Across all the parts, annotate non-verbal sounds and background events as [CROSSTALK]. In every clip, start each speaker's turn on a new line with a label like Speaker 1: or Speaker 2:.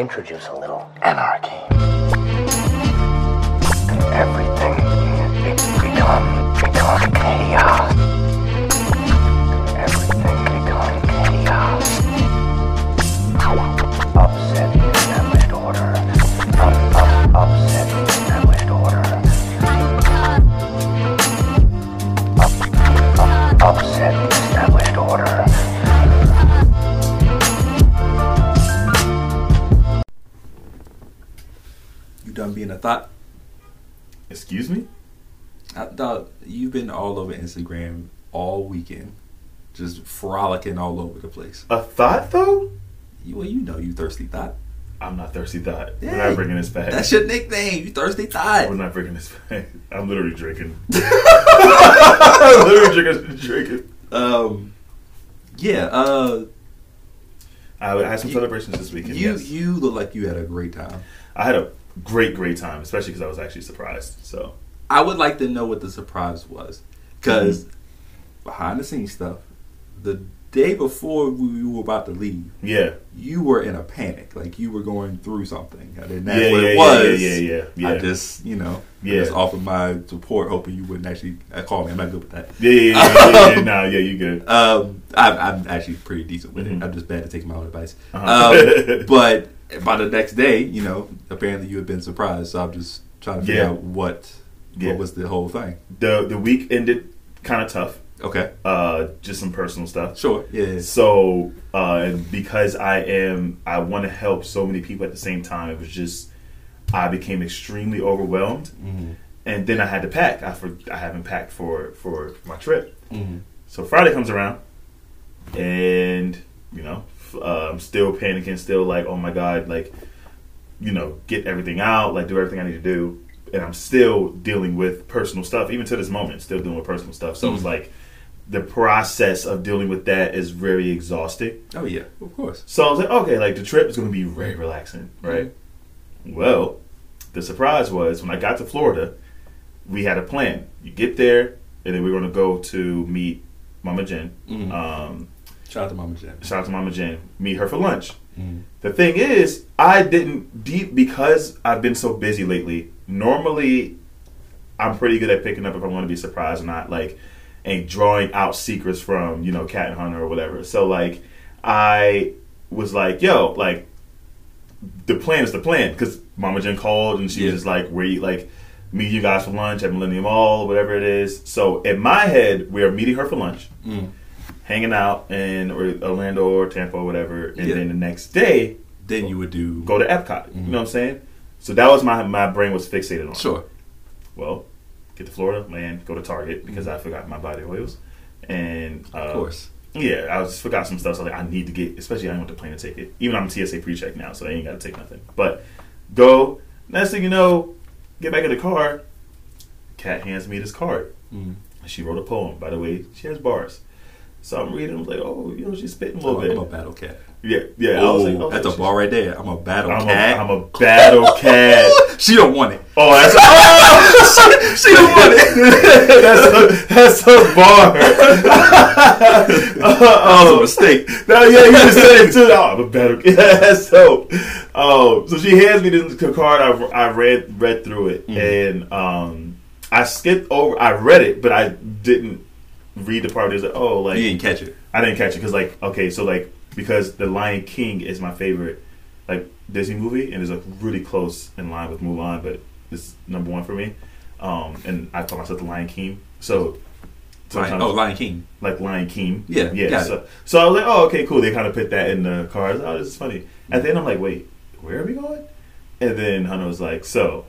Speaker 1: introduce a little anarchy. And everything be- become become chaos. Everything become chaos. Upset the established order. Up, up, upset the established order. Up, up, upset the established order.
Speaker 2: You done being a thought?
Speaker 3: Excuse me?
Speaker 2: I thought you've been all over Instagram all weekend, just frolicking all over the place.
Speaker 3: A thought though?
Speaker 2: You, well, you know you thirsty thought.
Speaker 3: I'm not thirsty thought. We're
Speaker 2: Dang.
Speaker 3: not bringing this back.
Speaker 2: That's your nickname. You thirsty
Speaker 3: We're
Speaker 2: thought.
Speaker 3: not bringing this [LAUGHS] back. I'm
Speaker 2: [LAUGHS]
Speaker 3: literally drinking. I'm literally drinking. drinking.
Speaker 2: Um, yeah. Uh,
Speaker 3: I I had some
Speaker 2: You-
Speaker 3: celebrations this
Speaker 2: you
Speaker 3: weekend. yes,
Speaker 2: you look like you had a great time.
Speaker 3: I had a great, great time, especially because I was actually surprised. So
Speaker 2: I would like to know what the surprise was, because behind the scenes stuff. The day before we were about to leave,
Speaker 3: yeah,
Speaker 2: you were in a panic, like you were going through something. I didn't know
Speaker 3: yeah,
Speaker 2: what
Speaker 3: yeah,
Speaker 2: it
Speaker 3: yeah,
Speaker 2: was.
Speaker 3: yeah, yeah, yeah, yeah.
Speaker 2: I just, you know, I
Speaker 3: Yeah.
Speaker 2: just offered my support, hoping you wouldn't actually uh, call me. I'm not good with
Speaker 3: [LAUGHS]
Speaker 2: that.
Speaker 3: yeah, yeah, yeah,
Speaker 2: [LAUGHS]
Speaker 3: yeah, yeah, yeah. Nah, yeah, you good?
Speaker 2: Um, I'm, I'm actually pretty decent with
Speaker 3: Mhm.
Speaker 2: it. I'm just bad at taking my own advice.
Speaker 3: Uh-huh. [LAUGHS]
Speaker 2: Um, but by the next day, you know, apparently you had been surprised. So I'm just trying to figure
Speaker 3: Yeah.
Speaker 2: out what
Speaker 3: Yeah.
Speaker 2: what was the whole thing.
Speaker 3: The the week ended kind of tough.
Speaker 2: Okay,
Speaker 3: Uh, just some personal stuff.
Speaker 2: sure, yeah, yeah.
Speaker 3: So, uh, and because I am, I want to help so many people at the same time. It was just, I became extremely overwhelmed, and then I had to pack. I for, I haven't packed for for my trip. So Friday comes around, and you know, f- uh, I'm still panicking, still like, oh my god, like, you know, get everything out, like, do everything I need to do, and I'm still dealing with personal stuff, even to this moment, still dealing with personal stuff. So it's like the process of dealing with that is very exhausting.
Speaker 2: oh yeah, of course.
Speaker 3: So I was like, okay, like the trip is going to be very relaxing, right? Well, the surprise was when I got to Florida, we had a plan. You get there, and then we are going to go to meet Mama Jen.
Speaker 2: Mhm.
Speaker 3: Um,
Speaker 2: Shout out to Mama Jen.
Speaker 3: shout out to Mama Jen. Meet her for lunch.
Speaker 2: Mhm.
Speaker 3: The thing is, I didn't deep because I've been so busy lately. Normally, I'm pretty good at picking up if I want to be surprised or not, like, and drawing out secrets from you know Cat and Hunter or whatever. So like, I was like, yo, like, the plan is the plan because Mama Jen called and she
Speaker 2: Yeah.
Speaker 3: was just like, where you like. Meet you guys for lunch at Millennium Mall, whatever it is. So in my head, we are meeting her for lunch
Speaker 2: Mm.
Speaker 3: hanging out in or Orlando or Tampa or whatever, and
Speaker 2: Yeah.
Speaker 3: then the next day
Speaker 2: Then you would do
Speaker 3: go to Epcot. You
Speaker 2: Mm-hmm.
Speaker 3: know what I'm saying? So that was my my brain was fixated on.
Speaker 2: sure.
Speaker 3: Well, get to Florida, land, go to Target because I forgot my body oils, and uh,
Speaker 2: Mm-hmm. Of course.
Speaker 3: yeah, I just forgot some stuff. So like, I need to get, especially I didn't want the plane to take it. Even I'm TSA pre-check now, so I ain't got to take nothing. But go. Next thing you know, get back in the car. Cat hands me this card.
Speaker 2: Mm.
Speaker 3: She wrote a poem. By the way, she has bars. So I'm reading. I'm like, oh, you know, she's spitting a
Speaker 2: Oh,
Speaker 3: little
Speaker 2: I'm
Speaker 3: bit.
Speaker 2: a battle cat.
Speaker 3: Yeah, yeah. I
Speaker 2: Oh,
Speaker 3: was like, oh,
Speaker 2: that's a
Speaker 3: she's-
Speaker 2: bar right there. I'm a battle
Speaker 3: I'm a,
Speaker 2: cat.
Speaker 3: I'm a battle
Speaker 2: [LAUGHS]
Speaker 3: cat.
Speaker 2: she don't want it.
Speaker 3: Oh, that's a,
Speaker 2: she, she don't want it. [LAUGHS]
Speaker 3: that's a, [LAUGHS] that's a [LAUGHS] bar.
Speaker 2: that was a mistake.
Speaker 3: No, yeah, you just said it too. [LAUGHS] Oh, I'm a battle cat. so, um, so she hands me this card. I, I read read through it, and um, I skipped over. I read it, but I didn't read the part. It was like, oh, like
Speaker 2: You didn't catch it.
Speaker 3: I didn't catch it because like okay, so like because the Lion King is my favorite like Disney movie and is like really close in line with Mulan, but it's number one for me. Um, and I call myself the Lion King, so
Speaker 2: Lion,
Speaker 3: sometimes
Speaker 2: oh, Lion King.
Speaker 3: like Lion King,
Speaker 2: Yeah,
Speaker 3: yeah.
Speaker 2: got
Speaker 3: So, so I was like, oh okay, cool. They kind of put that in the cards. Oh, this is funny. At the end, I'm like, wait, where are we going? And then Hunter was like, so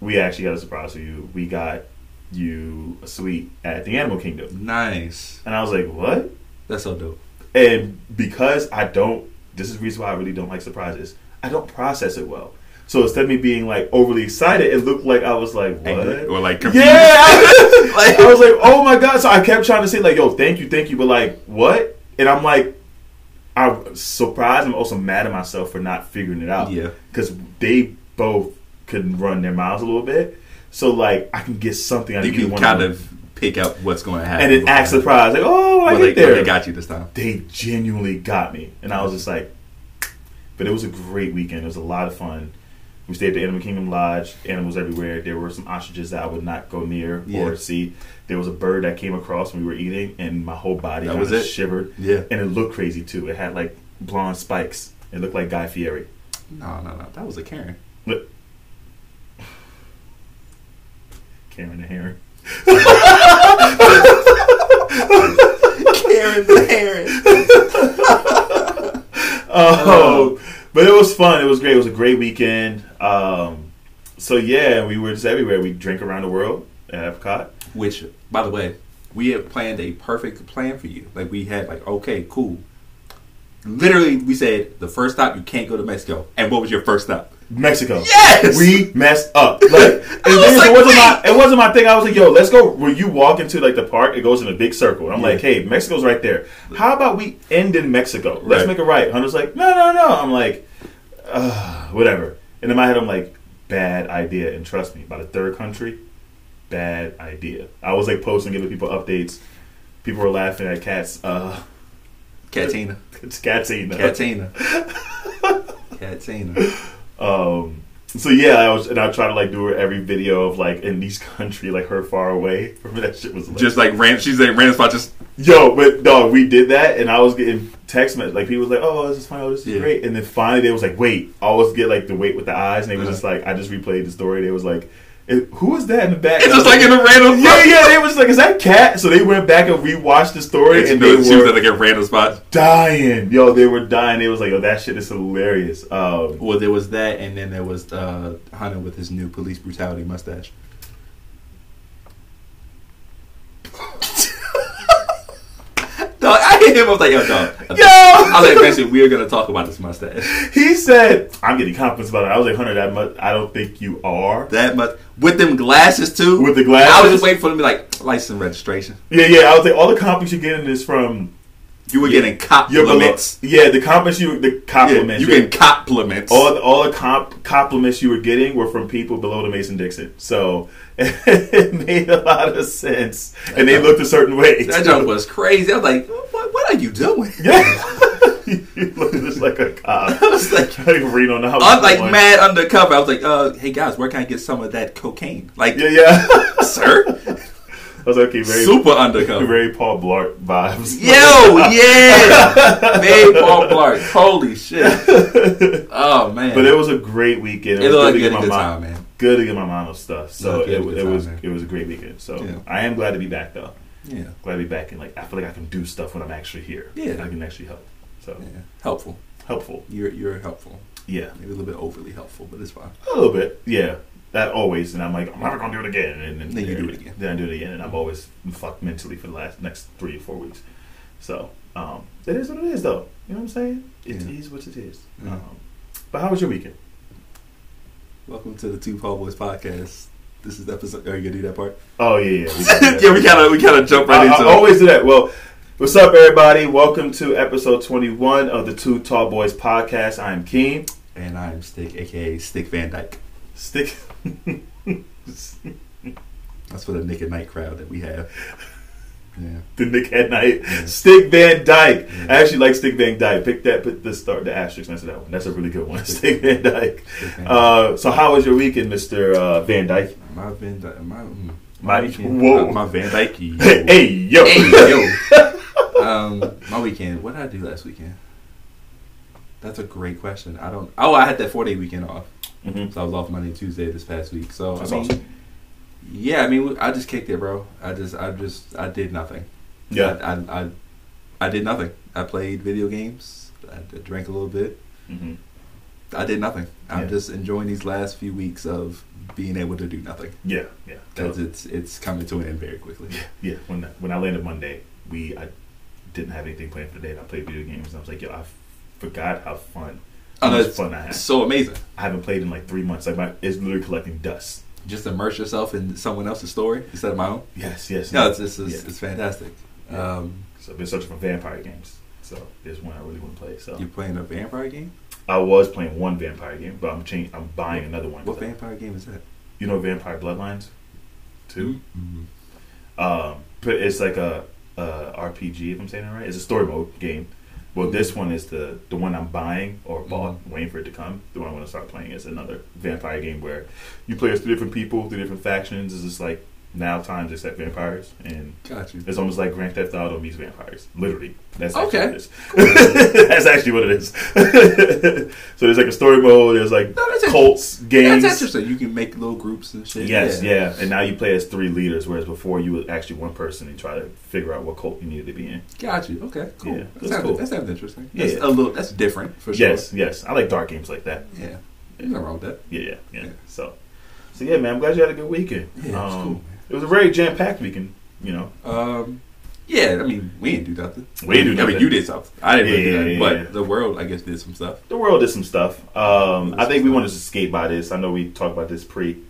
Speaker 3: we actually got a surprise for you. We got you a suite at the Animal Kingdom,
Speaker 2: Nice.
Speaker 3: and I was like, what?
Speaker 2: That's so dope.
Speaker 3: And because I don't, this is the reason why I really don't like surprises. I don't process it well. So instead of me being like overly excited, it looked like I was like,
Speaker 2: Angry.
Speaker 3: what?
Speaker 2: Or like confused.
Speaker 3: Yeah, [LAUGHS] I,
Speaker 2: Like-
Speaker 3: I was like, oh my god. So I kept trying to say like, yo, thank you, thank you, but like, what? And I'm like, I'm surprised. I'm also mad at myself for not figuring it out.
Speaker 2: Yeah.
Speaker 3: because they both could run their mouths a little bit. So like, I can get something out
Speaker 2: You
Speaker 3: of either
Speaker 2: can
Speaker 3: one
Speaker 2: kind
Speaker 3: them.
Speaker 2: of pick up what's going to happen.
Speaker 3: and then act surprised, like, oh, I
Speaker 2: Well,
Speaker 3: get
Speaker 2: they,
Speaker 3: there
Speaker 2: they got you this time.
Speaker 3: they genuinely got me, and I was just like, But it was a great weekend. It was a lot of fun. We stayed at the Animal Kingdom Lodge. Animals everywhere. There were some ostriches that I would not go near
Speaker 2: Yeah.
Speaker 3: or see. There was a bird that came across when we were eating, and my whole body
Speaker 2: That
Speaker 3: kinda
Speaker 2: was it?
Speaker 3: shivered.
Speaker 2: Yeah.
Speaker 3: And it looked crazy too. It had like blonde spikes. It looked like Guy Fieri.
Speaker 2: No, no, no. That was a Karen.
Speaker 3: Look. [SIGHS] Karen the Heron.
Speaker 2: Karen the Heron.
Speaker 3: Oh, [LAUGHS] but it was fun. It was great. It was a great weekend. Um, so yeah, we were just everywhere. We drank around the world at Epcot.
Speaker 2: Which, by the way, we had planned a perfect plan for you. Like we had like, okay, cool. Literally, we said the first stop you can't go to Mexico. And what was your first stop?
Speaker 3: Mexico.
Speaker 2: Yes!
Speaker 3: We messed
Speaker 2: [LAUGHS]
Speaker 3: up. Like, and then
Speaker 2: like,
Speaker 3: it wasn't my
Speaker 2: wait!
Speaker 3: it wasn't my thing. I was like, yo, let's go. When you walk into like the park, it goes in a big circle. And I'm like, hey, Mexico's right there. How about we end in Mexico? Let's
Speaker 2: Right.
Speaker 3: make a right. Hunter's like, no, no, no. I'm like, Ugh, whatever. And in my head, I'm like, bad idea. And trust me, by the third country, bad idea. I was like posting, giving people updates. People were laughing at cats. Uh, [LAUGHS]
Speaker 2: Katina.
Speaker 3: it's cats uh, eating. us.
Speaker 2: Katina.
Speaker 3: [LAUGHS]
Speaker 2: Katina.
Speaker 3: Um, so yeah, I was, and I try to like do her every video of like in these [LAUGHS] country, like her far away. Remember that shit was like,
Speaker 2: Just like ran, she's a random spot. Just
Speaker 3: yo, but dog, we did that, and I was getting text messages like people was like, oh, this is fine, oh, this is
Speaker 2: Yeah.
Speaker 3: great, and then finally they was like, wait, I always get like the wait with the eyes, and they was
Speaker 2: Uh-huh.
Speaker 3: just like, I just replayed the story, they was like, "Eh, who is that in the back?
Speaker 2: it's just like in a random.
Speaker 3: yeah, yeah, they was like, is that cat? So they went back and rewatched the story,
Speaker 2: It's
Speaker 3: and
Speaker 2: no-
Speaker 3: they
Speaker 2: [LAUGHS] she was at
Speaker 3: were
Speaker 2: like a random spot.
Speaker 3: dying, yo, they were dying, they was like, yo, that shit is hilarious. Um,
Speaker 2: Well, there was that, and then there was uh, Hunter with his new police brutality mustache. [LAUGHS] dog, I hit him. I was like, yo, dog.
Speaker 3: yo.
Speaker 2: I was like, Benson, we are gonna talk about this mustache.
Speaker 3: He said, "I'm getting compliments about it." I was like, "Hunter, that much? I don't think you are."
Speaker 2: That much with them glasses too.
Speaker 3: With the
Speaker 2: I was
Speaker 3: glasses?
Speaker 2: just waiting for them to be like license registration.
Speaker 3: Yeah, yeah. I was like, all the compliments you're getting is from
Speaker 2: You were getting
Speaker 3: your belo-
Speaker 2: compliments.
Speaker 3: Yeah, the compliments you, the
Speaker 2: Yeah,
Speaker 3: compliments.
Speaker 2: you
Speaker 3: you-
Speaker 2: getting compliments.
Speaker 3: all the, all the comp- compliments you were getting were from people below the Mason Dixon. So [LAUGHS] it made a lot of sense, and they looked a certain way.
Speaker 2: That joke was crazy. I was like, what, what are you doing?
Speaker 3: [LAUGHS]
Speaker 2: [LAUGHS]
Speaker 3: Yeah. you look just like a cop.
Speaker 2: I was
Speaker 3: [LAUGHS]
Speaker 2: like,
Speaker 3: like Reno now.
Speaker 2: I'm like mad undercover. I was like, uh, hey guys, where can I get some of that cocaine? Like,
Speaker 3: Yeah, yeah. [LAUGHS] I
Speaker 2: [LAUGHS] sir,
Speaker 3: was like, okay, very, [LAUGHS]
Speaker 2: super undercover.
Speaker 3: very Paul Blart vibes.
Speaker 2: Yo,
Speaker 3: [LAUGHS]
Speaker 2: yeah, babe, Paul Blart. Holy shit. Oh man,
Speaker 3: But it was a great weekend.
Speaker 2: It looked like
Speaker 3: to
Speaker 2: you
Speaker 3: get
Speaker 2: had a
Speaker 3: my
Speaker 2: good
Speaker 3: mom,
Speaker 2: time, man.
Speaker 3: Good to get my mom stuff. So
Speaker 2: Look, you
Speaker 3: it,
Speaker 2: had a
Speaker 3: it
Speaker 2: good time,
Speaker 3: was
Speaker 2: man.
Speaker 3: it was a great weekend. So
Speaker 2: Yeah.
Speaker 3: I am glad to be back though.
Speaker 2: yeah,
Speaker 3: Glad to be back and like I feel like I can do stuff when I'm actually here.
Speaker 2: Yeah.
Speaker 3: I can actually help. So
Speaker 2: yeah, helpful.
Speaker 3: helpful.
Speaker 2: You're you're helpful.
Speaker 3: Yeah,
Speaker 2: Maybe a little bit overly helpful, but it's fine.
Speaker 3: a little bit. Yeah, that always. And I'm like I'm never gonna do it again. And then,
Speaker 2: Then you do it again.
Speaker 3: Then I do it again, and I'm always fucked mentally for the last next three or four weeks. So um, it is what it is though. You know what I'm saying? It is
Speaker 2: Yeah.
Speaker 3: what it is.
Speaker 2: Yeah.
Speaker 3: Um, but how was your weekend?
Speaker 2: Welcome to the Two Paul Boys podcast. This is episode. Are you gonna do that part? [LAUGHS]
Speaker 3: Oh yeah, yeah.
Speaker 2: yeah, we kind of we kind of jump right
Speaker 3: I,
Speaker 2: into
Speaker 3: I
Speaker 2: it.
Speaker 3: always do that. Well, what's up, everybody? Welcome to episode 21 of the Two Tall Boys podcast. I'm Keen.
Speaker 2: And I'm Stick, aka Stick Van Dyke.
Speaker 3: Stick. [LAUGHS]
Speaker 2: That's for the Nick at Night crowd that we have. [LAUGHS] Yeah.
Speaker 3: The Nick at Night. Stick Van Dyke. I actually like Stick Van Dyke. Pick that, put the start, the asterisk next to that one. That's a really good one. [LAUGHS] Stick Van Dyke. Uh, so, how was your weekend, Mr. Uh, Van Dyke? [LAUGHS]
Speaker 2: my Van Dyke, my mm,
Speaker 3: My-
Speaker 2: weekend-
Speaker 3: whoa.
Speaker 2: my, my Van [LAUGHS] Dyke.
Speaker 3: Hey, yo.
Speaker 2: hey yo. um, my weekend. What did I do last weekend? That's a great question. I don't. Oh, I had that four day weekend off,
Speaker 3: Mhm.
Speaker 2: so I was off Monday, and Tuesday this past week. So
Speaker 3: That's
Speaker 2: I mean,
Speaker 3: awesome.
Speaker 2: yeah, I mean, I just kicked it, bro. I just, I just, I did nothing.
Speaker 3: Yeah.
Speaker 2: I, I, I, I did nothing. I played video games. I drank a little bit.
Speaker 3: Mhm.
Speaker 2: I did nothing. I'm
Speaker 3: Yeah.
Speaker 2: just enjoying these last few weeks of being able to do nothing
Speaker 3: Yeah, yeah.
Speaker 2: because it's it's coming to an end very quickly.
Speaker 3: Yeah, when when I landed Monday, we I didn't have anything planned for the day, and I played video games, and I was like, yo, I forgot how fun
Speaker 2: Oh,
Speaker 3: how much
Speaker 2: that's
Speaker 3: fun I had.
Speaker 2: so amazing.
Speaker 3: I haven't played in like three months. Like my, it's literally collecting dust.
Speaker 2: Just immerse yourself in someone else's story instead of my own.
Speaker 3: Yes, yes.
Speaker 2: No, it's it's, it's,
Speaker 3: Yeah.
Speaker 2: it's fantastic.
Speaker 3: Yeah.
Speaker 2: Um,
Speaker 3: So I've been searching for vampire games. So there's one I really want to play. So
Speaker 2: you playing a vampire game?
Speaker 3: I was playing one vampire game, but I'm changing. I'm buying another one.
Speaker 2: What vampire game is that?
Speaker 3: You know, Vampire Bloodlines, two.
Speaker 2: Mm.
Speaker 3: Um, but it's like a, a RPG. If I'm saying it right, it's a story mode game. Well, this one is the the one I'm buying
Speaker 2: Mm-hmm.
Speaker 3: or bought, waiting for it to come. The one I want to start playing is another vampire game where you play as three different people, three different factions. It's just like now times except vampires, and
Speaker 2: Got you.
Speaker 3: it's almost like Grand Theft Auto meets vampires. Literally, that's
Speaker 2: Okay.
Speaker 3: Actually what it is. [LAUGHS] that's actually what it is. [LAUGHS] so there's like a story mode. There's like
Speaker 2: No, that's
Speaker 3: cults, gangs.
Speaker 2: That's interesting. You can make little groups and shit.
Speaker 3: Yes, yeah. and now you play as three leaders, whereas before you was actually one person and try to figure out what cult you needed to be in.
Speaker 2: Got you. Okay, cool.
Speaker 3: Yeah,
Speaker 2: that
Speaker 3: that's
Speaker 2: sounds,
Speaker 3: cool.
Speaker 2: That sounds interesting.
Speaker 3: Yeah.
Speaker 2: That's a little. That's different for sure.
Speaker 3: Yes, yes, I like dark games like that.
Speaker 2: Yeah. There's nothing wrong with that.
Speaker 3: Yeah, yeah, yeah.
Speaker 2: Yeah.
Speaker 3: So, so yeah, man, I'm glad you had a good weekend. Um,
Speaker 2: Yeah, it was cool, man.
Speaker 3: It was a very jam packed weekend. You know,
Speaker 2: Um, yeah, I mean, we didn't do nothing.
Speaker 3: We didn't do
Speaker 2: I mean,
Speaker 3: nothing.
Speaker 2: you did something. I didn't really
Speaker 3: Yeah,
Speaker 2: do nothing,
Speaker 3: yeah,
Speaker 2: but
Speaker 3: yeah.
Speaker 2: the world, I guess, did some stuff.
Speaker 3: the world did some stuff. Um,
Speaker 2: Did
Speaker 3: I think
Speaker 2: some
Speaker 3: we
Speaker 2: stuff.
Speaker 3: want to just skate by this. I know we talked about this pre,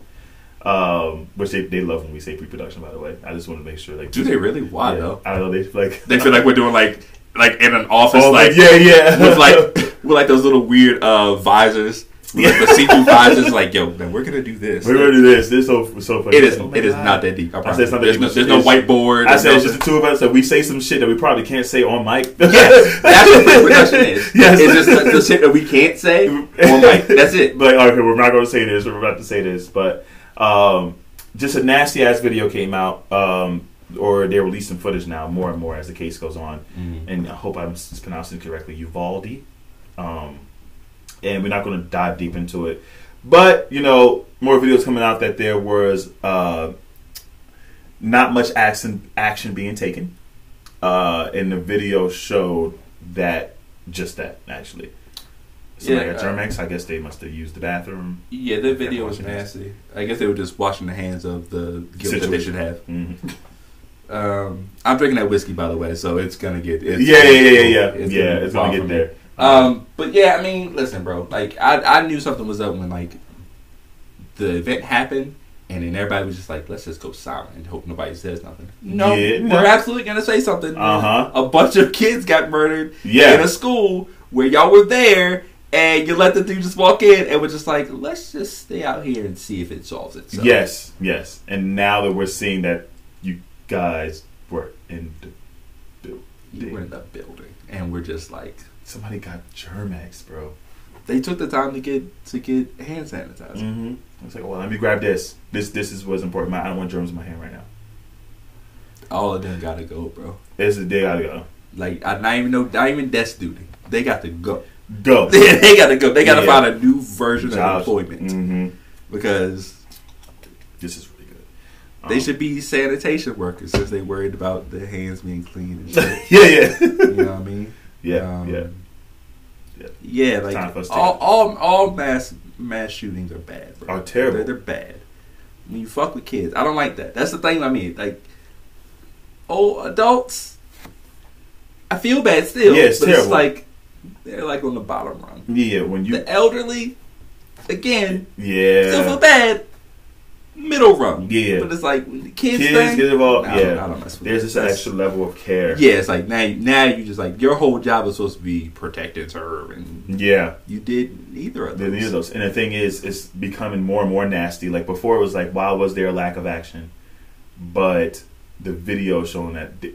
Speaker 3: um, which they, they love when we say pre production. By the way, I just want to make sure like
Speaker 2: Do they really? Why
Speaker 3: yeah,
Speaker 2: though?
Speaker 3: I don't know. They like [LAUGHS]
Speaker 2: They feel like we're doing like like in an office,
Speaker 3: oh,
Speaker 2: like
Speaker 3: like yeah, yeah,
Speaker 2: [LAUGHS] with like
Speaker 3: [LAUGHS]
Speaker 2: with like those little weird uh visors, with, like, the see through visors. Like, yo, man, we're gonna do this.
Speaker 3: We're gonna do this. This is so so funny.
Speaker 2: It is.
Speaker 3: Oh my
Speaker 2: it is
Speaker 3: God.
Speaker 2: not that deep. I, promise.
Speaker 3: said it's not that
Speaker 2: there's
Speaker 3: deep.
Speaker 2: No, there's no
Speaker 3: It's-
Speaker 2: whiteboard.
Speaker 3: I said it's
Speaker 2: there's
Speaker 3: just the two of us that we say some shit that we probably can't say on
Speaker 2: [LAUGHS]
Speaker 3: mic. [LAUGHS]
Speaker 2: Yes, that's what pre-production is.
Speaker 3: Yes.
Speaker 2: It's just the, the shit that we can't say.
Speaker 3: [LAUGHS]
Speaker 2: Well, like, that's it.
Speaker 3: But okay, we're not going to say this. We're about to say this, but um, just a nasty ass video came out, um, or they're releasing footage now, more and more as the case goes on.
Speaker 2: Mm.
Speaker 3: And I hope I'm s- pronouncing it correctly, Uvaldi. Um, and we're not going to dive deep into it, but you know, more videos coming out that there was uh, not much action action being taken. Uh, and the video showed that just that actually. So like
Speaker 2: Yeah,
Speaker 3: at
Speaker 2: uh,
Speaker 3: Germex, I guess they must have used the bathroom.
Speaker 2: Yeah, that video was nasty. I guess they were just washing the hands of the guilt that they
Speaker 3: Situation.
Speaker 2: should have.
Speaker 3: hmm
Speaker 2: Um, I'm drinking that whiskey, by the way, so it's gonna get. It's
Speaker 3: yeah, yeah, yeah, yeah, yeah.
Speaker 2: It's
Speaker 3: yeah, it's gonna
Speaker 2: wild for
Speaker 3: get
Speaker 2: me.
Speaker 3: there.
Speaker 2: Um, but yeah, I mean, listen, bro. Like, I I knew something was up when like the event happened, and then everybody was just like, "Let's just go silent and hope nobody says nothing." No,
Speaker 3: Yeah,
Speaker 2: we're
Speaker 3: no.
Speaker 2: absolutely gonna say something.
Speaker 3: Uh-huh.
Speaker 2: A bunch of kids got murdered
Speaker 3: Yeah.
Speaker 2: in a school where y'all were there. And you let the dude just walk in, and we're just like, let's just stay out here and see if it solves itself.
Speaker 3: Yes, yes. And now that we're seeing that you guys were in, the,
Speaker 2: You were in the building, and we're just like,
Speaker 3: somebody got Germex, bro.
Speaker 2: they took the time to get to get hand sanitizer.
Speaker 3: Mm-hmm. I was like, well, let me grab this. This this is what's important. My, I don't want germs in my hand right now.
Speaker 2: All of them gotta go, bro.
Speaker 3: This is the day I go.
Speaker 2: Like I not even know, not even desk duty. They got to go. [LAUGHS]
Speaker 3: Go.
Speaker 2: they got to go. They got to
Speaker 3: Yeah.
Speaker 2: find a new version
Speaker 3: Jobs.
Speaker 2: of employment
Speaker 3: hmm
Speaker 2: because
Speaker 3: This is really good.
Speaker 2: they
Speaker 3: Um,
Speaker 2: should be sanitation workers since they worried about their hands being clean and
Speaker 3: [LAUGHS]
Speaker 2: shit.
Speaker 3: Um, yeah, yeah,
Speaker 2: you know what I mean?
Speaker 3: yeah,
Speaker 2: Um,
Speaker 3: yeah. Yeah.
Speaker 2: yeah. Yeah,
Speaker 3: Time for us
Speaker 2: like
Speaker 3: to-
Speaker 2: all, all all mass mass shootings are bad. Bro.
Speaker 3: Are terrible.
Speaker 2: They're, they're bad. When you fuck with kids, I don't like that. That's the thing. I mean, like, oh, adults, I feel bad still.
Speaker 3: Yeah, it's
Speaker 2: but It's
Speaker 3: terrible.
Speaker 2: like they're like on the bottom rung.
Speaker 3: Yeah, when you
Speaker 2: the elderly, again, still feel
Speaker 3: yeah
Speaker 2: bad. Middle rung.
Speaker 3: Yeah.
Speaker 2: but it's like when the kids,
Speaker 3: kids
Speaker 2: thing,
Speaker 3: get involved,
Speaker 2: I don't- I
Speaker 3: yeah,
Speaker 2: don't mess with
Speaker 3: there's
Speaker 2: that.
Speaker 3: this
Speaker 2: That's-
Speaker 3: extra level of care.
Speaker 2: yeah, it's like now, now you just like your whole job is supposed to be protect and serve, and
Speaker 3: yeah.
Speaker 2: you did neither of
Speaker 3: They
Speaker 2: those.
Speaker 3: need those. And the thing is, it's becoming more and more nasty. Like before, it was like, why was there a lack of action? But the video showing that th-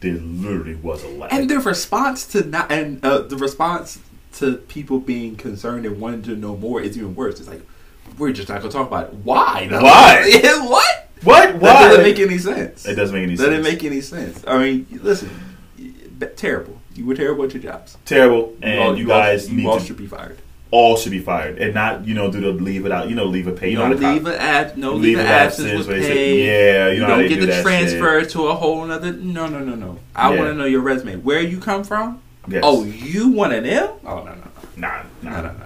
Speaker 3: there literally was a lack.
Speaker 2: And their response to not, and uh, the response to people being concerned and wanting to know more is even worse. It's like we're just not gonna talk about it. Why? though?
Speaker 3: Why?
Speaker 2: Yeah, [LAUGHS] what?
Speaker 3: what? Why?
Speaker 2: That doesn't make any sense.
Speaker 3: it doesn't make any
Speaker 2: That
Speaker 3: sense.
Speaker 2: didn't make any sense. I mean, listen, b- terrible. You were terrible at your jobs.
Speaker 3: terrible.
Speaker 2: You
Speaker 3: And
Speaker 2: all-
Speaker 3: you, guys
Speaker 2: all,
Speaker 3: need
Speaker 2: you all
Speaker 3: to,
Speaker 2: should be fired.
Speaker 3: all should be fired, and not you know do the leave it out. You know leave a pay. You
Speaker 2: no
Speaker 3: know how to
Speaker 2: leave a ab- no
Speaker 3: leave
Speaker 2: leave,
Speaker 3: it
Speaker 2: an absence,
Speaker 3: absence,
Speaker 2: with
Speaker 3: where they say-
Speaker 2: pay.
Speaker 3: yeah, you know how
Speaker 2: don't
Speaker 3: they
Speaker 2: get
Speaker 3: do
Speaker 2: the
Speaker 3: that
Speaker 2: transfer to a whole nother. No, no, no, no. I
Speaker 3: Yeah.
Speaker 2: want to know your resume. Where you come from?
Speaker 3: Yes.
Speaker 2: Oh, you one of them? Oh no, no, no,
Speaker 3: nah,
Speaker 2: no,
Speaker 3: nah,
Speaker 2: no, no, no.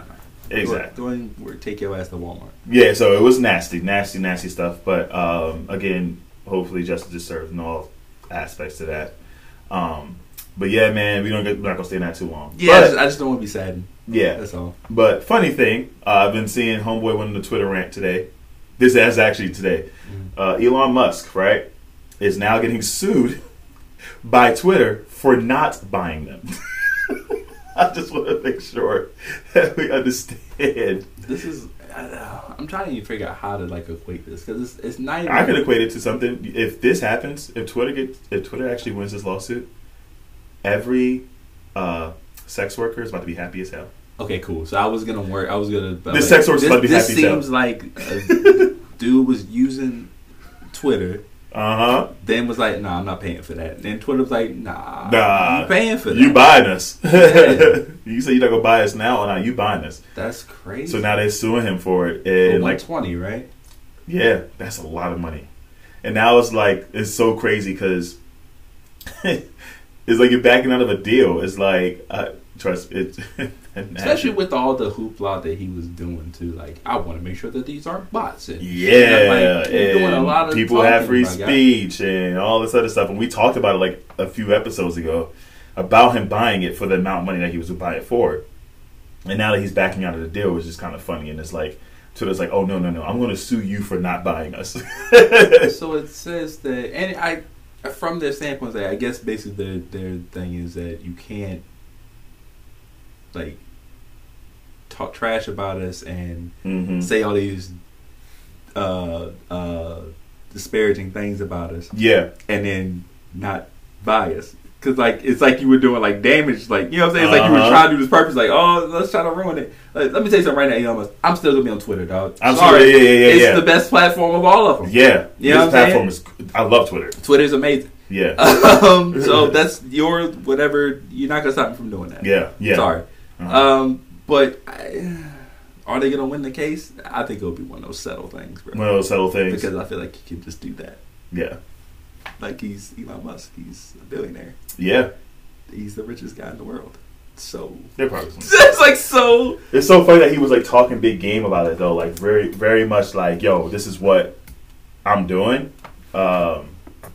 Speaker 3: exactly.
Speaker 2: Go, go and work, take your ass to Walmart.
Speaker 3: Yeah, so it was nasty, nasty, nasty stuff. But um, again, hopefully justice is served in all aspects to that. Um, but yeah, man, we don't get, we're not gonna stay in that too long.
Speaker 2: Yeah, I
Speaker 3: But-
Speaker 2: just, I just don't want to be saddened.
Speaker 3: yeah.
Speaker 2: That's all.
Speaker 3: But funny thing, uh, I've been seeing Homeboy went on the Twitter rant today. This is actually today. Uh, Elon Musk, right, is now getting sued [LAUGHS] by Twitter for not buying them. [LAUGHS] I just want to make sure [LAUGHS] that we understand.
Speaker 2: This is. I, I'm trying to figure out how to like equate this because it's it's not even.
Speaker 3: I could equate it to something. If this happens, if Twitter gets, if Twitter actually wins this lawsuit, every uh, sex worker is about to be happy as hell.
Speaker 2: Okay, cool. So I was gonna work. I was gonna. This
Speaker 3: sex worker's about to be
Speaker 2: This
Speaker 3: happy as hell.
Speaker 2: seems like
Speaker 3: [LAUGHS]
Speaker 2: a dude was using Twitter,
Speaker 3: Uh huh.
Speaker 2: then was like, "Nah, I'm not paying for that." Then Twitter was like, "Nah,
Speaker 3: Nah.
Speaker 2: you paying for that?
Speaker 3: You buying us. [LAUGHS]
Speaker 2: Yeah.
Speaker 3: you say you're not gonna buy us now, or not? You buying us.
Speaker 2: That's crazy."
Speaker 3: So now they're suing him for it, and
Speaker 2: like
Speaker 3: like,
Speaker 2: twenty, right?
Speaker 3: yeah, that's a lot of money. And now it's like it's so crazy because [LAUGHS] it's like you're backing out of a deal. It's like uh, trust it, [LAUGHS]
Speaker 2: Especially with all the hoopla that he was doing too. Like, I want to make sure that these aren't bots. And
Speaker 3: Yeah,
Speaker 2: Like, you're doing a
Speaker 3: and
Speaker 2: lot of
Speaker 3: people have
Speaker 2: talking,
Speaker 3: free
Speaker 2: my guy.
Speaker 3: speech and all this other stuff. And we talked about it like a few episodes ago about him buying it for the amount of money that he was to buy it for. And now that he's backing out of the deal, it's just kind of funny. And it's like, Twitter's like, oh, no, no, no, I'm going to sue you for not buying us. [LAUGHS]
Speaker 2: so it says that, and I, from their standpoint, like, I guess basically their their thing is that you can't like talk trash about us and
Speaker 3: hmm
Speaker 2: say all these uh, uh, disparaging things about us,
Speaker 3: Yeah.
Speaker 2: and then not buy us. Cause like it's like you were doing like damage, like you know what I'm saying. It's like you were
Speaker 3: Uh-huh.
Speaker 2: trying to do this purpose, like oh let's try to ruin it. Like, let me tell you something right now, Elon Musk. I'm still gonna be on Twitter, dog.
Speaker 3: I'm sorry. Yeah, yeah, yeah,
Speaker 2: it's
Speaker 3: yeah.
Speaker 2: the best platform of all of them.
Speaker 3: yeah.
Speaker 2: You know
Speaker 3: this
Speaker 2: what I'm
Speaker 3: platform is, I love Twitter.
Speaker 2: Twitter's amazing. [LAUGHS]
Speaker 3: Yeah.
Speaker 2: Um,
Speaker 3: [LAUGHS]
Speaker 2: so that's your whatever. You're not gonna stop me from doing that.
Speaker 3: Yeah. Yeah.
Speaker 2: Sorry.
Speaker 3: Uh-huh.
Speaker 2: Um, but I, are they gonna win the case? I think it'll be one of those settle things, bro.
Speaker 3: One of those subtle things.
Speaker 2: because I feel like he can just do that.
Speaker 3: Yeah.
Speaker 2: Like he's Elon Musk. He's a billionaire.
Speaker 3: Yeah.
Speaker 2: He's the richest guy in the world. So [LAUGHS]
Speaker 3: They're probably
Speaker 2: it's like so.
Speaker 3: It's so funny that he was like talking big game about it though, like very, very much like, "Yo, this is what I'm doing," um,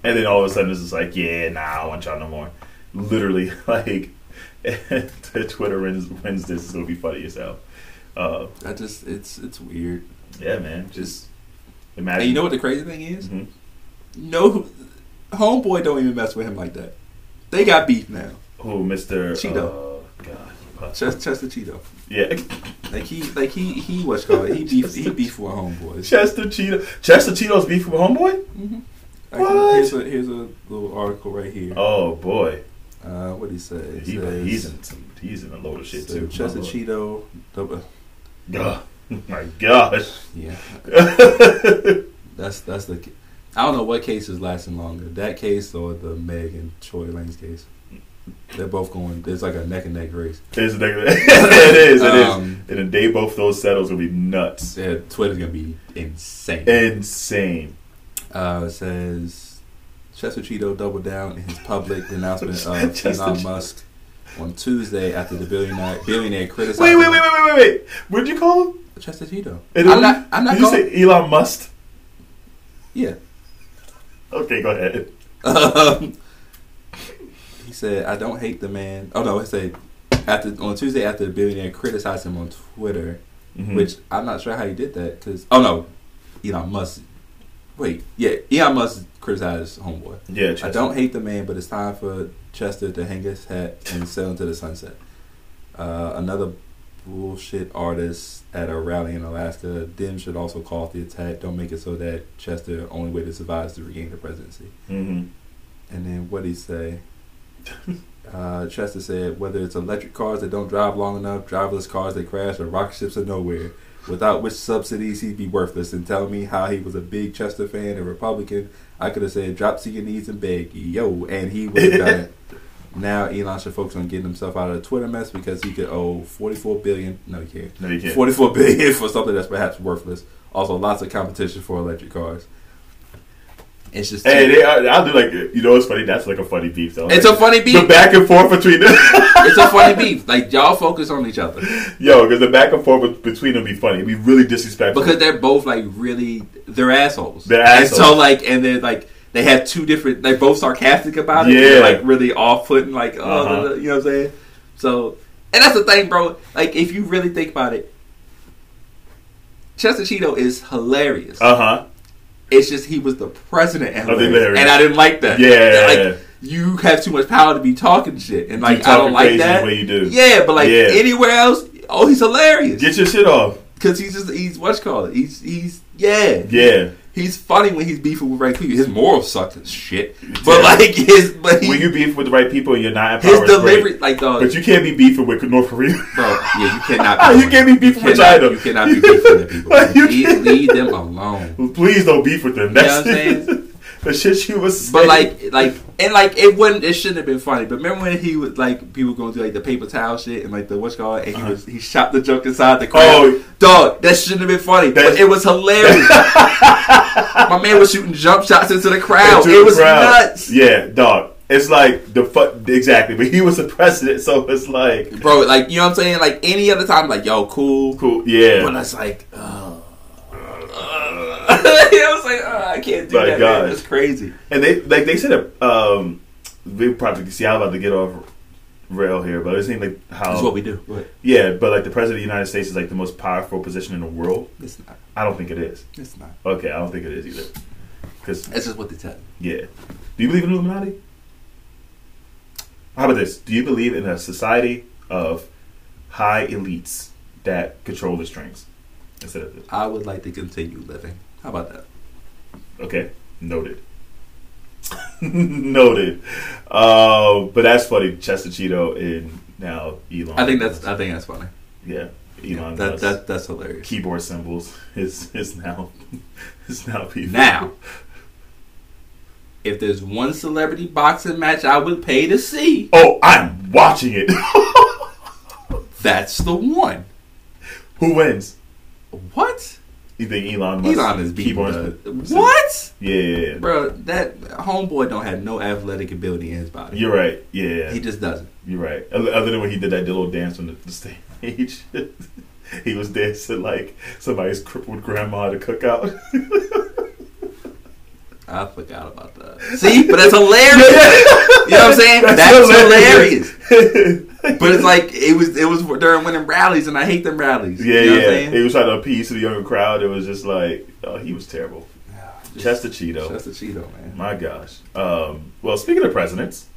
Speaker 3: and then all of a sudden it's just like, "Yeah, nah, I don't want y'all no more." Literally, [LAUGHS] like, the Twitter wins, wins this. It's gonna be funny as hell. Uh,
Speaker 2: I just it's it's weird.
Speaker 3: yeah, man, just imagine.
Speaker 2: And you know what the crazy thing is?
Speaker 3: Mhm.
Speaker 2: No, homeboy don't even mess with him like that. They got beef now.
Speaker 3: who, Mister
Speaker 2: Cheeto.
Speaker 3: Uh, God,
Speaker 2: Chest, Chester Cheeto.
Speaker 3: yeah,
Speaker 2: Like he, like he, he what's it called? He beef, he beef with homeboys.
Speaker 3: [LAUGHS] Chester Cheeto. Chester Cheeto's beef with homeboy.
Speaker 2: Mm-hmm.
Speaker 3: What?
Speaker 2: Here's a here's a little article right here.
Speaker 3: Oh boy,
Speaker 2: Uh, what he say? It
Speaker 3: he,
Speaker 2: says,
Speaker 3: he's in some, he's in a load of shit
Speaker 2: so
Speaker 3: too.
Speaker 2: Chester Cheeto. double-
Speaker 3: Ugh. [LAUGHS] My gosh. [LAUGHS]
Speaker 2: Yeah, that's that's the. I don't know what case is lasting longer, that case or the Meg and Troy Lane's case. They're both going. It's like a neck and neck race.
Speaker 3: It's a negative. [LAUGHS] it is. It is.
Speaker 2: Um,
Speaker 3: In a day, both those settles will be nuts,
Speaker 2: Yeah, Twitter's gonna be insane.
Speaker 3: insane.
Speaker 2: uh, it says Chester Cheeto doubled down in his
Speaker 3: [LAUGHS]
Speaker 2: public denouncement of
Speaker 3: Chester
Speaker 2: Elon
Speaker 3: Cheeto.
Speaker 2: Musk on Tuesday after the billionaire billionaire criticized
Speaker 3: Wait, wait, wait, wait, wait, wait, wait. What'd you call him?
Speaker 2: Chester Cheeto.
Speaker 3: And
Speaker 2: I'm
Speaker 3: who-
Speaker 2: not. I'm not
Speaker 3: Did you
Speaker 2: going.
Speaker 3: say Elon Musk?
Speaker 2: Yeah.
Speaker 3: Okay, go ahead.
Speaker 2: Um, he said, "I don't hate the man." Oh no, he said after on Tuesday after the billionaire criticized him on Twitter,
Speaker 3: Mhm.
Speaker 2: which I'm not sure how he did that because oh no, Elon Musk. Wait, yeah, Elon Musk criticized homeboy.
Speaker 3: Yeah,
Speaker 2: I
Speaker 3: Chester.
Speaker 2: don't hate the man, but it's time for Chester to hang his hat and sail into the sunset. Uh, another bullshit artist at a rally in Alaska. Dem should also call off the attack. Don't make it so that Chester only way to survive is to regain the presidency.
Speaker 3: Mhm.
Speaker 2: And then what would he say? [LAUGHS] Uh, Chester said, whether it's electric cars that don't drive long enough, driverless cars that crash, or rocket ships of nowhere, without which subsidies he'd be worthless. And telling me how he was a big Chester fan and Republican, I could have said, drop to your knees and beg, yo, and he would have done it.
Speaker 3: [LAUGHS]
Speaker 2: Now Elon should focus on getting himself out of the Twitter mess because he could owe 44 billion. No, he can't.
Speaker 3: No, you can't.
Speaker 2: 44 [LAUGHS] billion for something that's perhaps worthless. Also, lots of competition for electric cars. It's just
Speaker 3: Hey, they, I, I'll do like you know. It's funny. That's like a funny beef though.
Speaker 2: it's a
Speaker 3: like,
Speaker 2: funny beat.
Speaker 3: The back and forth between them, [LAUGHS]
Speaker 2: it's a funny beef. Like y'all focus on each other
Speaker 3: yo, because the back and forth between them be funny. It'd be really disrespectful.
Speaker 2: because they're both like really they're assholes.
Speaker 3: They're
Speaker 2: And so
Speaker 3: assholes.
Speaker 2: like and they're like they have two different. They're both sarcastic about it. Yeah, they're,
Speaker 3: Yeah.
Speaker 2: like really off putting. Like oh,
Speaker 3: Uh-huh.
Speaker 2: da- da- you know what I'm saying. So and that's the thing, bro. Like if you really think about it, Chester Cheeto is hilarious.
Speaker 3: uh huh.
Speaker 2: it's just he was the president and,
Speaker 3: Of the
Speaker 2: hilarious,
Speaker 3: hilarious.
Speaker 2: and I didn't like that.
Speaker 3: Yeah.
Speaker 2: like you have too much power to be talking shit, and like
Speaker 3: You
Speaker 2: I
Speaker 3: talking
Speaker 2: don't like
Speaker 3: crazy
Speaker 2: that.
Speaker 3: the way you do.
Speaker 2: Yeah, but like
Speaker 3: Yeah.
Speaker 2: anywhere else, oh, he's hilarious.
Speaker 3: Get your shit off.
Speaker 2: because he's just he's what you call it. He's he's yeah.
Speaker 3: Yeah.
Speaker 2: He's funny when he's beefing with right people. His morals suck as shit, but like his but he,
Speaker 3: when you beef with the right people, you're not
Speaker 2: his
Speaker 3: empowered. it's great.
Speaker 2: delivery like dog.
Speaker 3: But you can't be beefing with North Korea. [LAUGHS]
Speaker 2: Bro, yeah, you cannot.
Speaker 3: You can't be beefing with
Speaker 2: cannot-
Speaker 3: China.
Speaker 2: You cannot be beefing
Speaker 3: [LAUGHS]
Speaker 2: with people.
Speaker 3: Like, you
Speaker 2: leave,
Speaker 3: can't-
Speaker 2: leave them alone.
Speaker 3: Please don't beef with them.
Speaker 2: know
Speaker 3: That's
Speaker 2: what I'm
Speaker 3: [LAUGHS] the shit she was.
Speaker 2: But
Speaker 3: saying.
Speaker 2: like, like, and like, it wouldn't. It shouldn't have been funny. But remember when he was like, people going through like the paper towel shit and like the what's called, and he
Speaker 3: Uh-huh.
Speaker 2: was he shot the joke inside the crowd.
Speaker 3: oh,
Speaker 2: Dog, that shouldn't have been funny.
Speaker 3: That-
Speaker 2: but it was
Speaker 3: [LAUGHS]
Speaker 2: hilarious. My man was shooting jump shots into the crowd.
Speaker 3: into the
Speaker 2: it was
Speaker 3: crowd.
Speaker 2: nuts,
Speaker 3: Yeah, dog. It's like the fuck exactly. But he was the [LAUGHS] president, so it's like
Speaker 2: bro. Like you know what I'm saying. Like any other time, like yo, cool,
Speaker 3: cool. Yeah,
Speaker 2: But it's like, [LAUGHS] oh. I was like, oh, I can't do
Speaker 3: My
Speaker 2: that.
Speaker 3: God.
Speaker 2: Man. That's crazy.
Speaker 3: And they like they said that um we probably see I'm about to get off rail here, but it seemed like
Speaker 2: That's
Speaker 3: how
Speaker 2: what we do. But
Speaker 3: yeah, but like the president of the United States is like the most powerful position in the world.
Speaker 2: it's not.
Speaker 3: I don't think it is.
Speaker 2: It's not.
Speaker 3: Okay, I don't think it is either. Because
Speaker 2: That's just what they tell you.
Speaker 3: yeah, do you believe in Illuminati? How about this? Do you believe in a society of high elites that control the strings instead of the
Speaker 2: I would like to continue living. How about that?
Speaker 3: Okay, noted. [LAUGHS] noted. Uh, but that's funny. Chester Cheeto and now Elon.
Speaker 2: I think that's I think that's funny.
Speaker 3: yeah. Elon.
Speaker 2: that,
Speaker 3: Musk.
Speaker 2: that that's hilarious.
Speaker 3: keyboard symbols is is now [LAUGHS] is now people.
Speaker 2: Now, if there's one celebrity boxing match I would pay to see,
Speaker 3: Oh, I'm watching it. [LAUGHS]
Speaker 2: that's the one.
Speaker 3: Who wins?
Speaker 2: What?
Speaker 3: You think Elon? Musk
Speaker 2: Elon is beating
Speaker 3: keyboard
Speaker 2: the-
Speaker 3: symbols?
Speaker 2: What?
Speaker 3: Yeah, yeah, yeah.
Speaker 2: Bro, that homeboy don't have no athletic ability in his body.
Speaker 3: You're right. Yeah,
Speaker 2: He just doesn't.
Speaker 3: you're right. Other other than when he did that little dance on the, the stage. [LAUGHS] He was dancing like somebody's crippled grandma at a [LAUGHS] cookout.
Speaker 2: I forgot about that. See, but that's hilarious.
Speaker 3: [LAUGHS]
Speaker 2: you know what I'm saying? That's, hilarious.
Speaker 3: [LAUGHS]
Speaker 2: But it's like it was it was during winning rallies, and I hate them rallies.
Speaker 3: Yeah,
Speaker 2: you know What
Speaker 3: yeah.
Speaker 2: I'm
Speaker 3: He
Speaker 2: saying?
Speaker 3: was trying to appease to the younger crowd. It was just like, oh, he was terrible. Chester Cheeto.
Speaker 2: That's a Cheeto man.
Speaker 3: My gosh. Um, well, speaking of presidents.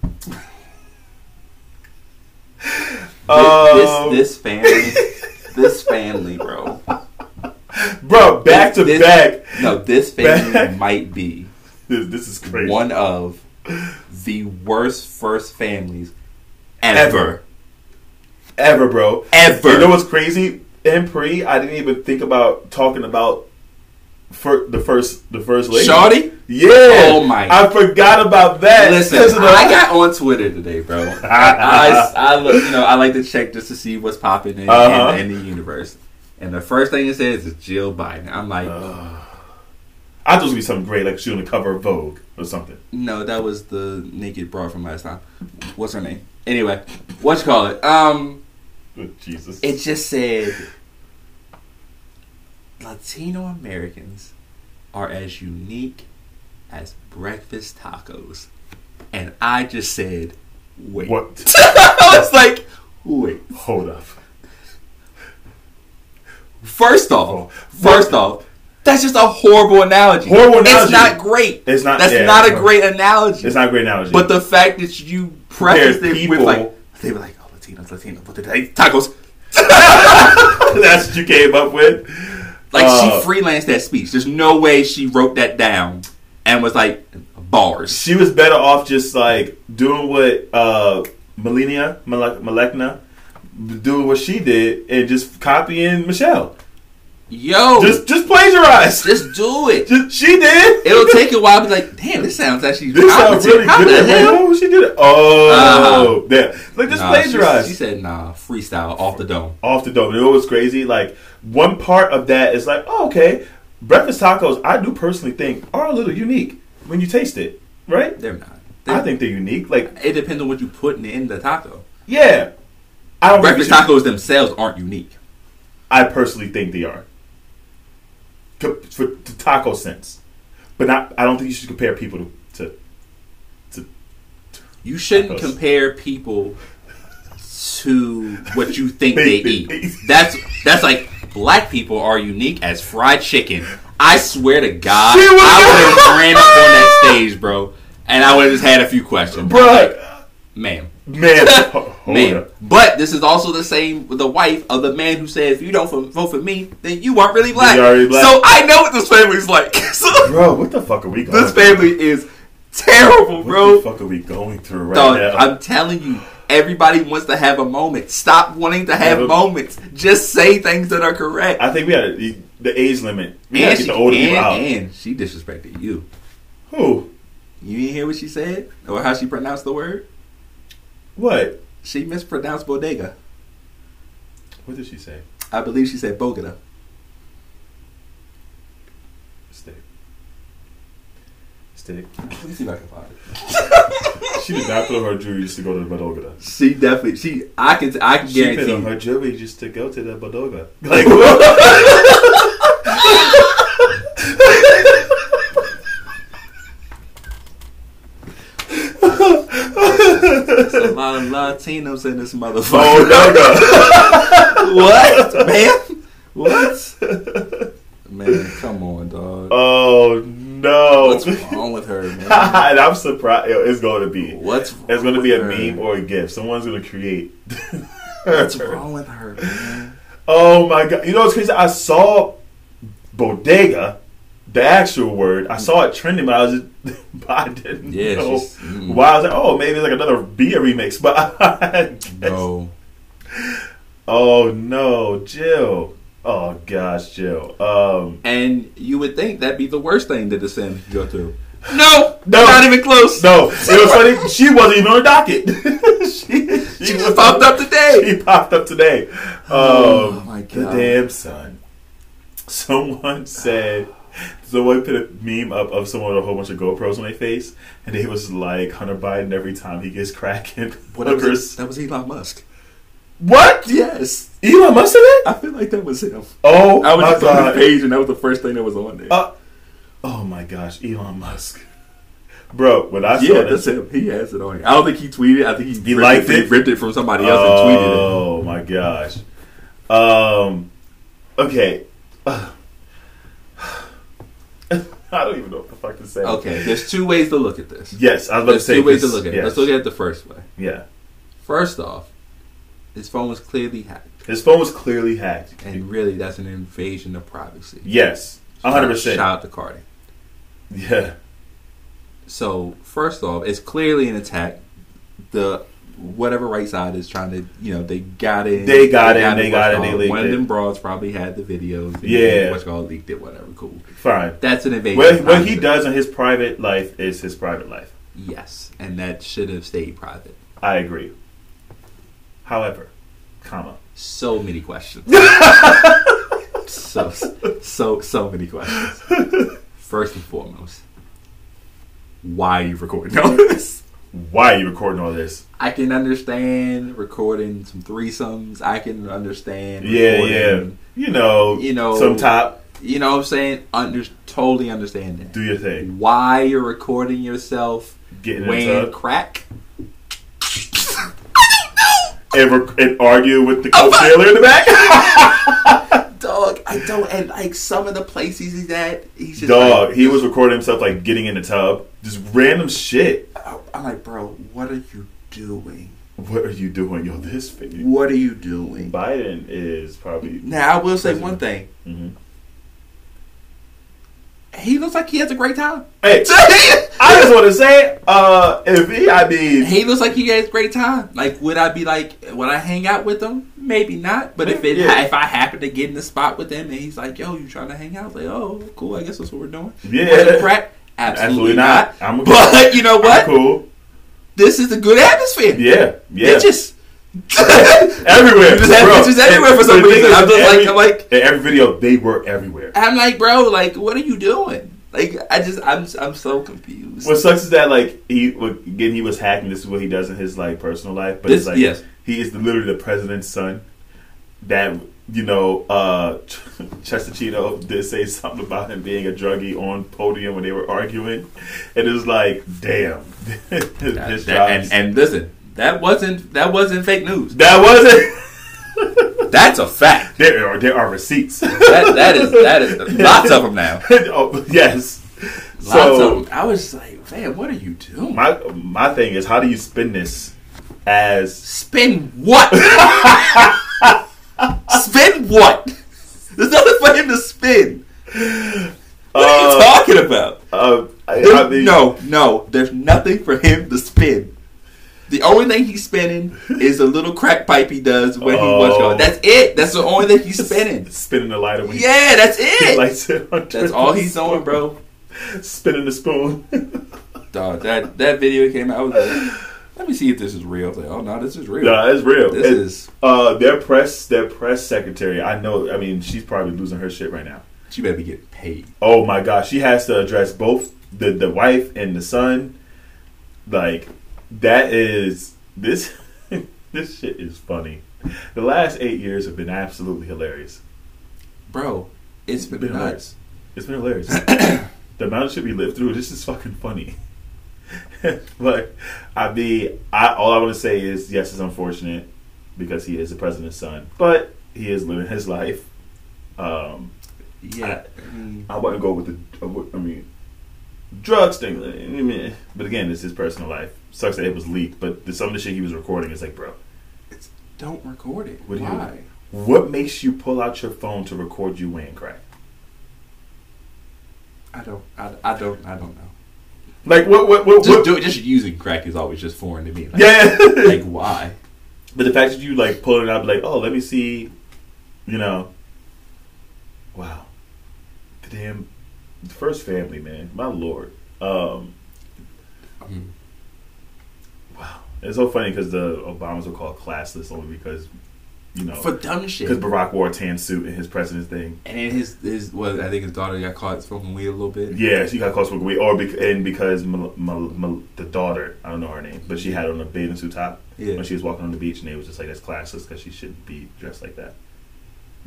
Speaker 3: um,
Speaker 2: this, this
Speaker 3: [LAUGHS]
Speaker 2: family, this family, bro.
Speaker 3: Um, bro, back to
Speaker 2: this-
Speaker 3: back.
Speaker 2: No, this family
Speaker 3: Back.
Speaker 2: might be
Speaker 3: This, this is crazy.
Speaker 2: one of the worst first families ever,
Speaker 3: Ever, bro.
Speaker 2: ever.
Speaker 3: You know what's crazy? In pre, I didn't even think about talking about fir- the first the first lady.
Speaker 2: Shawty?
Speaker 3: Yeah.
Speaker 2: Oh my-
Speaker 3: I forgot about that.
Speaker 2: Listen,
Speaker 3: Listen,
Speaker 2: I got on Twitter today,
Speaker 3: [LAUGHS]
Speaker 2: bro. I, I look, you know, I like to check just to see what's popping in, in-
Speaker 3: Uh-huh.
Speaker 2: in, the universe. And the first thing it says is Jill Biden. I'm like,
Speaker 3: Uh. I thought it was gonna be something great, like she on the cover of Vogue or something.
Speaker 2: no, that was the naked broad from last time. What's her name? Anyway, what you call it? Um,
Speaker 3: Oh, Jesus.
Speaker 2: it just said Latino Americans are as unique as breakfast tacos, and I just said, wait.
Speaker 3: what?
Speaker 2: I was like, wait.
Speaker 3: Hold up.
Speaker 2: First
Speaker 3: Oh,
Speaker 2: off, first off, that's just a horrible analogy.
Speaker 3: Horrible
Speaker 2: It's
Speaker 3: analogy.
Speaker 2: not great.
Speaker 3: It's not-
Speaker 2: That's
Speaker 3: yeah.
Speaker 2: not a great analogy.
Speaker 3: It's not a great analogy.
Speaker 2: But the fact that you prefaced
Speaker 3: There's
Speaker 2: it with
Speaker 3: people-
Speaker 2: like they were like, oh, Latinos, Latinos, but they ate tacos.
Speaker 3: [LAUGHS] that's what you came up with.
Speaker 2: Like
Speaker 3: Uh,
Speaker 2: she freelanced that speech. There's no way she wrote that down and was like bars.
Speaker 3: She was better off just like doing what uh Melania Malek- Malekna doing what she did and just copying Michelle.
Speaker 2: Yo, just,
Speaker 3: Just just plagiarize.
Speaker 2: do it.
Speaker 3: Just- she did.
Speaker 2: It'll take a while. to Be like, damn, this sounds actually
Speaker 3: [LAUGHS] This sounds
Speaker 2: competent.
Speaker 3: really
Speaker 2: How
Speaker 3: good.
Speaker 2: the
Speaker 3: Wait,
Speaker 2: hell?
Speaker 3: oh, she did it. Oh, yeah. Like just
Speaker 2: Uh-huh. Nah, she-
Speaker 3: plagiarize.
Speaker 2: She, said, nah, freestyle off the dome.
Speaker 3: off the dome. You know what was crazy? Like one part of that is like, oh, okay, breakfast tacos. I do personally think are a little unique when you taste it, right?
Speaker 2: They're not. They're,
Speaker 3: I think they're unique. Like,
Speaker 2: it depends on what you put in the, in the taco.
Speaker 3: yeah, I don't.
Speaker 2: Breakfast
Speaker 3: think we should-
Speaker 2: tacos themselves aren't unique.
Speaker 3: I personally think they are, Co- for the taco sense, but not. I don't think you should compare people to. to
Speaker 2: You shouldn't
Speaker 3: Tacos.
Speaker 2: compare people to what you think they
Speaker 3: They- they-
Speaker 2: eat. That's that's like black people are unique as fried chicken. I swear to God,
Speaker 3: She
Speaker 2: I would
Speaker 3: was-
Speaker 2: have ran up on that stage, bro, and I would have just had a few questions,
Speaker 3: Bruh,
Speaker 2: [LAUGHS] ma'am.
Speaker 3: man, ho- Hold
Speaker 2: man.
Speaker 3: up.
Speaker 2: But this is also the same with the wife of the man who said, "If you don't f- vote for me, then you aren't really black."
Speaker 3: You're already black.
Speaker 2: So I know what this family's like. [LAUGHS] so
Speaker 3: Bro, what the fuck are we going
Speaker 2: this family is terrible,
Speaker 3: What
Speaker 2: bro.
Speaker 3: the fuck are we going through right
Speaker 2: Dog,
Speaker 3: now?
Speaker 2: I'm telling you, everybody wants to have a moment. Stop wanting to have
Speaker 3: Yeah.
Speaker 2: moments. Just say things that are correct.
Speaker 3: I think we had the, the age limit. We
Speaker 2: and,
Speaker 3: gotta get
Speaker 2: she,
Speaker 3: the older
Speaker 2: and,
Speaker 3: people out.
Speaker 2: and she disrespected you.
Speaker 3: Who?
Speaker 2: You didn't hear what she said or how she pronounced the word.
Speaker 3: What?
Speaker 2: She mispronounced bodega.
Speaker 3: What did she say?
Speaker 2: I believe she said Bogota.
Speaker 3: Stick. Stick.
Speaker 4: Let me see if I can find it.
Speaker 3: She did not put on her jewelry just to go to the Badoga.
Speaker 2: She definitely. She. I can. I can
Speaker 3: She put
Speaker 2: guarantee.
Speaker 3: on her jewelry just to go to the Badoga. [LAUGHS] Like, what?
Speaker 2: [LAUGHS]
Speaker 3: [LAUGHS]
Speaker 2: a lot of Latinos in
Speaker 3: [LAUGHS]
Speaker 2: this motherfucker.
Speaker 3: Badoga. Oh,
Speaker 2: what, [LAUGHS] man? What?
Speaker 4: Man, come on, dog.
Speaker 3: Oh, no.
Speaker 2: What's
Speaker 3: [LAUGHS]
Speaker 2: wrong with her, man?
Speaker 3: and I'm surprised. yo, It's going to be.
Speaker 2: What's wrong
Speaker 3: It's going to
Speaker 2: with
Speaker 3: be a
Speaker 2: her?
Speaker 3: meme or a gift. Someone's going to create. [LAUGHS]
Speaker 2: What's wrong with her, man?
Speaker 3: Oh my god! You know what's crazy? I saw bodega, the actual word. I saw it trending, but I was just, [LAUGHS] but I didn't
Speaker 4: Yeah,
Speaker 3: know
Speaker 4: she's- mm.
Speaker 3: why. I was like, oh, maybe it's like another beer remix. But [LAUGHS] I
Speaker 2: Mm.
Speaker 3: guess-
Speaker 4: No.
Speaker 3: oh no, Jill. Oh gosh, Jill. Um,
Speaker 2: And you would think that'd be the worst thing to descend.
Speaker 4: Go through.
Speaker 2: No,
Speaker 3: No.
Speaker 2: not even close.
Speaker 3: no, it
Speaker 2: [LAUGHS]
Speaker 3: was funny. She wasn't even on the docket. [LAUGHS] she,
Speaker 2: She just popped up today.
Speaker 4: [LAUGHS]
Speaker 3: He popped up today. Um,
Speaker 2: Oh, my
Speaker 3: The
Speaker 2: God.
Speaker 3: damn son. Someone said, someone put a meme up of someone with a whole bunch of GoPros on their face, and it was like Hunter Biden every time he gets cracking.
Speaker 2: Well, that,
Speaker 3: [LAUGHS]
Speaker 2: was,
Speaker 3: Hookers.
Speaker 2: that was Elon Musk.
Speaker 3: What?
Speaker 2: Yes,
Speaker 3: Elon Musk did it?
Speaker 2: I feel like that was him.
Speaker 3: Oh,
Speaker 4: I was
Speaker 3: my
Speaker 4: just on the
Speaker 3: God.
Speaker 4: page, and that was the first thing that was on there.
Speaker 3: Uh, oh my gosh, Elon Musk. Bro, when I saw
Speaker 4: yeah,
Speaker 3: that,
Speaker 4: that's him. He has it on. Here. I don't think he tweeted. I think he, ripped
Speaker 3: liked
Speaker 4: He
Speaker 3: it?
Speaker 4: ripped it from somebody else and tweeted it.
Speaker 3: Oh my gosh. Um. Okay. [SIGHS] I don't even know what the fuck to say.
Speaker 2: Okay, there's two ways to look at this.
Speaker 3: Yes, I was about to
Speaker 2: There's
Speaker 3: say.
Speaker 2: two ways to
Speaker 3: this-
Speaker 2: look at it.
Speaker 3: yes.
Speaker 2: Let's look at it the first way.
Speaker 3: Yeah,
Speaker 2: First off, his phone was clearly hacked.
Speaker 3: his phone was clearly hacked.
Speaker 2: And really, that's an invasion of privacy.
Speaker 3: Yes, a hundred
Speaker 2: Shout
Speaker 3: percent.
Speaker 2: out to Cardi.
Speaker 3: Yeah,
Speaker 2: So, first off, it's clearly an attack. The whatever right side is trying to, you know, they got it.
Speaker 3: They got in, they got
Speaker 2: what's
Speaker 3: in, they
Speaker 2: called.
Speaker 3: leaked
Speaker 2: One of
Speaker 3: it.
Speaker 2: them broads probably had the videos.
Speaker 3: Yeah.
Speaker 2: What's called leaked it, whatever. Cool.
Speaker 3: fine.
Speaker 2: That's an invasion.
Speaker 3: What,
Speaker 2: of
Speaker 3: what he
Speaker 2: privacy.
Speaker 3: does in his private life is his private life.
Speaker 2: Yes. And that should have stayed private.
Speaker 3: I agree. However, comma.
Speaker 2: So many questions.
Speaker 3: [LAUGHS]
Speaker 2: so, so, so many questions.
Speaker 3: [LAUGHS]
Speaker 2: First and foremost, why are you recording all this?
Speaker 3: Why are you recording all this?
Speaker 2: I can understand recording some threesomes. I can understand.
Speaker 3: Yeah, yeah.
Speaker 2: recording-
Speaker 3: You know,
Speaker 2: You know-
Speaker 3: some top.
Speaker 2: You know what I'm saying? Under, totally understand that.
Speaker 3: Do your thing.
Speaker 2: Why you're recording yourself
Speaker 3: Getting in the
Speaker 2: weighing
Speaker 3: tub.
Speaker 2: crack?
Speaker 3: and, rec- and argue with the
Speaker 2: Oh,
Speaker 3: coke
Speaker 2: my-
Speaker 3: dealer in the back.
Speaker 2: [LAUGHS]
Speaker 3: [LAUGHS]
Speaker 2: Dog, I don't. And like some of the places he's at, he's just
Speaker 3: Dog,
Speaker 2: like-
Speaker 3: he was recording himself like getting in the tub, just random shit.
Speaker 2: I'm like, bro, what are you doing?
Speaker 3: What are you doing, yo? This thing.
Speaker 2: What are you doing?
Speaker 3: Biden is probably
Speaker 2: Now I will say one thing.
Speaker 3: Mhm.
Speaker 2: He looks like he has a great
Speaker 3: [LAUGHS]
Speaker 2: time. [LAUGHS]
Speaker 3: Hey, I just want to say, uh, if he, I mean,
Speaker 2: he looks like he has a great time. Like, would I be like, would I hang out with him? Maybe not. But if it,
Speaker 3: Yeah.
Speaker 2: if I happen to get in the spot with him and he's like, yo, you trying to hang out? Like, oh, cool. I guess that's what we're doing. Where's the
Speaker 3: yeah,
Speaker 2: crack? Absolutely, not.
Speaker 3: I'm a-
Speaker 2: But you know what?
Speaker 3: I'm cool.
Speaker 2: This is a good atmosphere.
Speaker 3: Yeah, yeah, [LAUGHS]
Speaker 2: Bitches.
Speaker 3: everywhere,
Speaker 2: [LAUGHS] Just have
Speaker 3: bro.
Speaker 2: bitches everywhere for some
Speaker 3: the thing
Speaker 2: reason.
Speaker 3: is,
Speaker 2: I'm just
Speaker 3: every-
Speaker 2: like- I'm like-
Speaker 3: in every video they were everywhere.
Speaker 2: I'm like, bro, like, what are you doing? Like, I just, I'm, I'm so confused.
Speaker 3: What sucks is that like he again he was hacking. This is what he does in his like personal life, but
Speaker 2: This-
Speaker 3: it's like
Speaker 2: yes.
Speaker 3: he is literally the president's son. That you know, uh, [LAUGHS] Chester Cheeto did say something about him being a druggie on podium when they were arguing, and it was like, damn, [LAUGHS]
Speaker 2: That- that-
Speaker 3: his job.
Speaker 2: and, and listen, that wasn't, that wasn't fake news.
Speaker 3: that wasn't.
Speaker 2: That's a fact.
Speaker 3: [LAUGHS] There are there are receipts.
Speaker 2: That, that is, that
Speaker 3: [LAUGHS]
Speaker 2: is, lots of them now.
Speaker 3: oh, yes.
Speaker 2: Lots
Speaker 3: so
Speaker 2: of them. I was just like, man, what are you doing?
Speaker 3: my my thing is, how do you spin this as
Speaker 2: Spin
Speaker 3: [LAUGHS]
Speaker 2: what? spin what? There's nothing for him to spin. What are you
Speaker 3: Uh,
Speaker 2: talking about?
Speaker 3: uh, I,
Speaker 2: There-
Speaker 3: I mean,
Speaker 2: no, no. There's nothing for him to spin. The only thing he's spinning is the little crack pipe he does when he was
Speaker 3: Oh.
Speaker 2: going. That's it. That's the only thing he's
Speaker 3: [LAUGHS]
Speaker 2: spinning.
Speaker 3: spinning the lighter when [LAUGHS] he-
Speaker 2: Yeah, that's
Speaker 3: he
Speaker 2: it.
Speaker 3: lights it. on
Speaker 2: That's all he's doing, bro.
Speaker 3: Spinning the spoon. [LAUGHS]
Speaker 2: Dog, Uh, that that video came out. I was like, let me see if this is real. I was like, oh no, this is real.
Speaker 3: nah, it's real.
Speaker 2: this
Speaker 3: It-
Speaker 2: is.
Speaker 3: Uh, their press, their press secretary. I know. I mean, she's probably losing her shit right now.
Speaker 2: She better be getting paid.
Speaker 3: Oh my gosh, she has to address both the the wife and the son. Like that is this [LAUGHS] this shit is funny. The last eight years have been absolutely hilarious.
Speaker 2: Bro, it's been,
Speaker 3: Been
Speaker 2: nuts.
Speaker 3: It's been hilarious.
Speaker 2: [CLEARS THROAT]
Speaker 3: the amount of shit we lived through, this is fucking funny. [LAUGHS] like, I mean, I all I want to say is yes, it's unfortunate because he is the president's son, but he is living his life. Um,
Speaker 2: Yeah. I mean,
Speaker 3: I wouldn't go with the. I would- I mean, drugs thing. I mean, But again, it's his personal life. Sucks that it was leaked, but the, some of the shit he was recording is like, bro,
Speaker 2: don't record it.
Speaker 3: What do you-
Speaker 2: Why?
Speaker 3: what makes you pull out your phone to record you weighing crack?
Speaker 2: I don't. I, I don't. I don't know.
Speaker 3: Like, what? What? What?
Speaker 2: Just,
Speaker 3: what
Speaker 2: do, just using crack is always just foreign to me. Like,
Speaker 3: yeah. [LAUGHS]
Speaker 2: Like why?
Speaker 3: But the fact that you like pull it out, like, oh, let me see, you know, wow, the damn the first family, man, my lord, um,
Speaker 2: Mm.
Speaker 3: wow, it's so funny because the Obamas were called classless only because you know
Speaker 2: For dumb shit.
Speaker 3: because Barack wore a tan suit in his president's thing.
Speaker 2: And then his his well, I think his daughter got caught smoking weed a little bit.
Speaker 3: Yeah, she got caught smoking weed, or bec- and because Mal- Mal- Mal- the daughter, I don't know her name, but she had on a bathing suit top
Speaker 2: Yeah.
Speaker 3: when she was walking on the beach, and they was just like, that's classless because she shouldn't be dressed like that.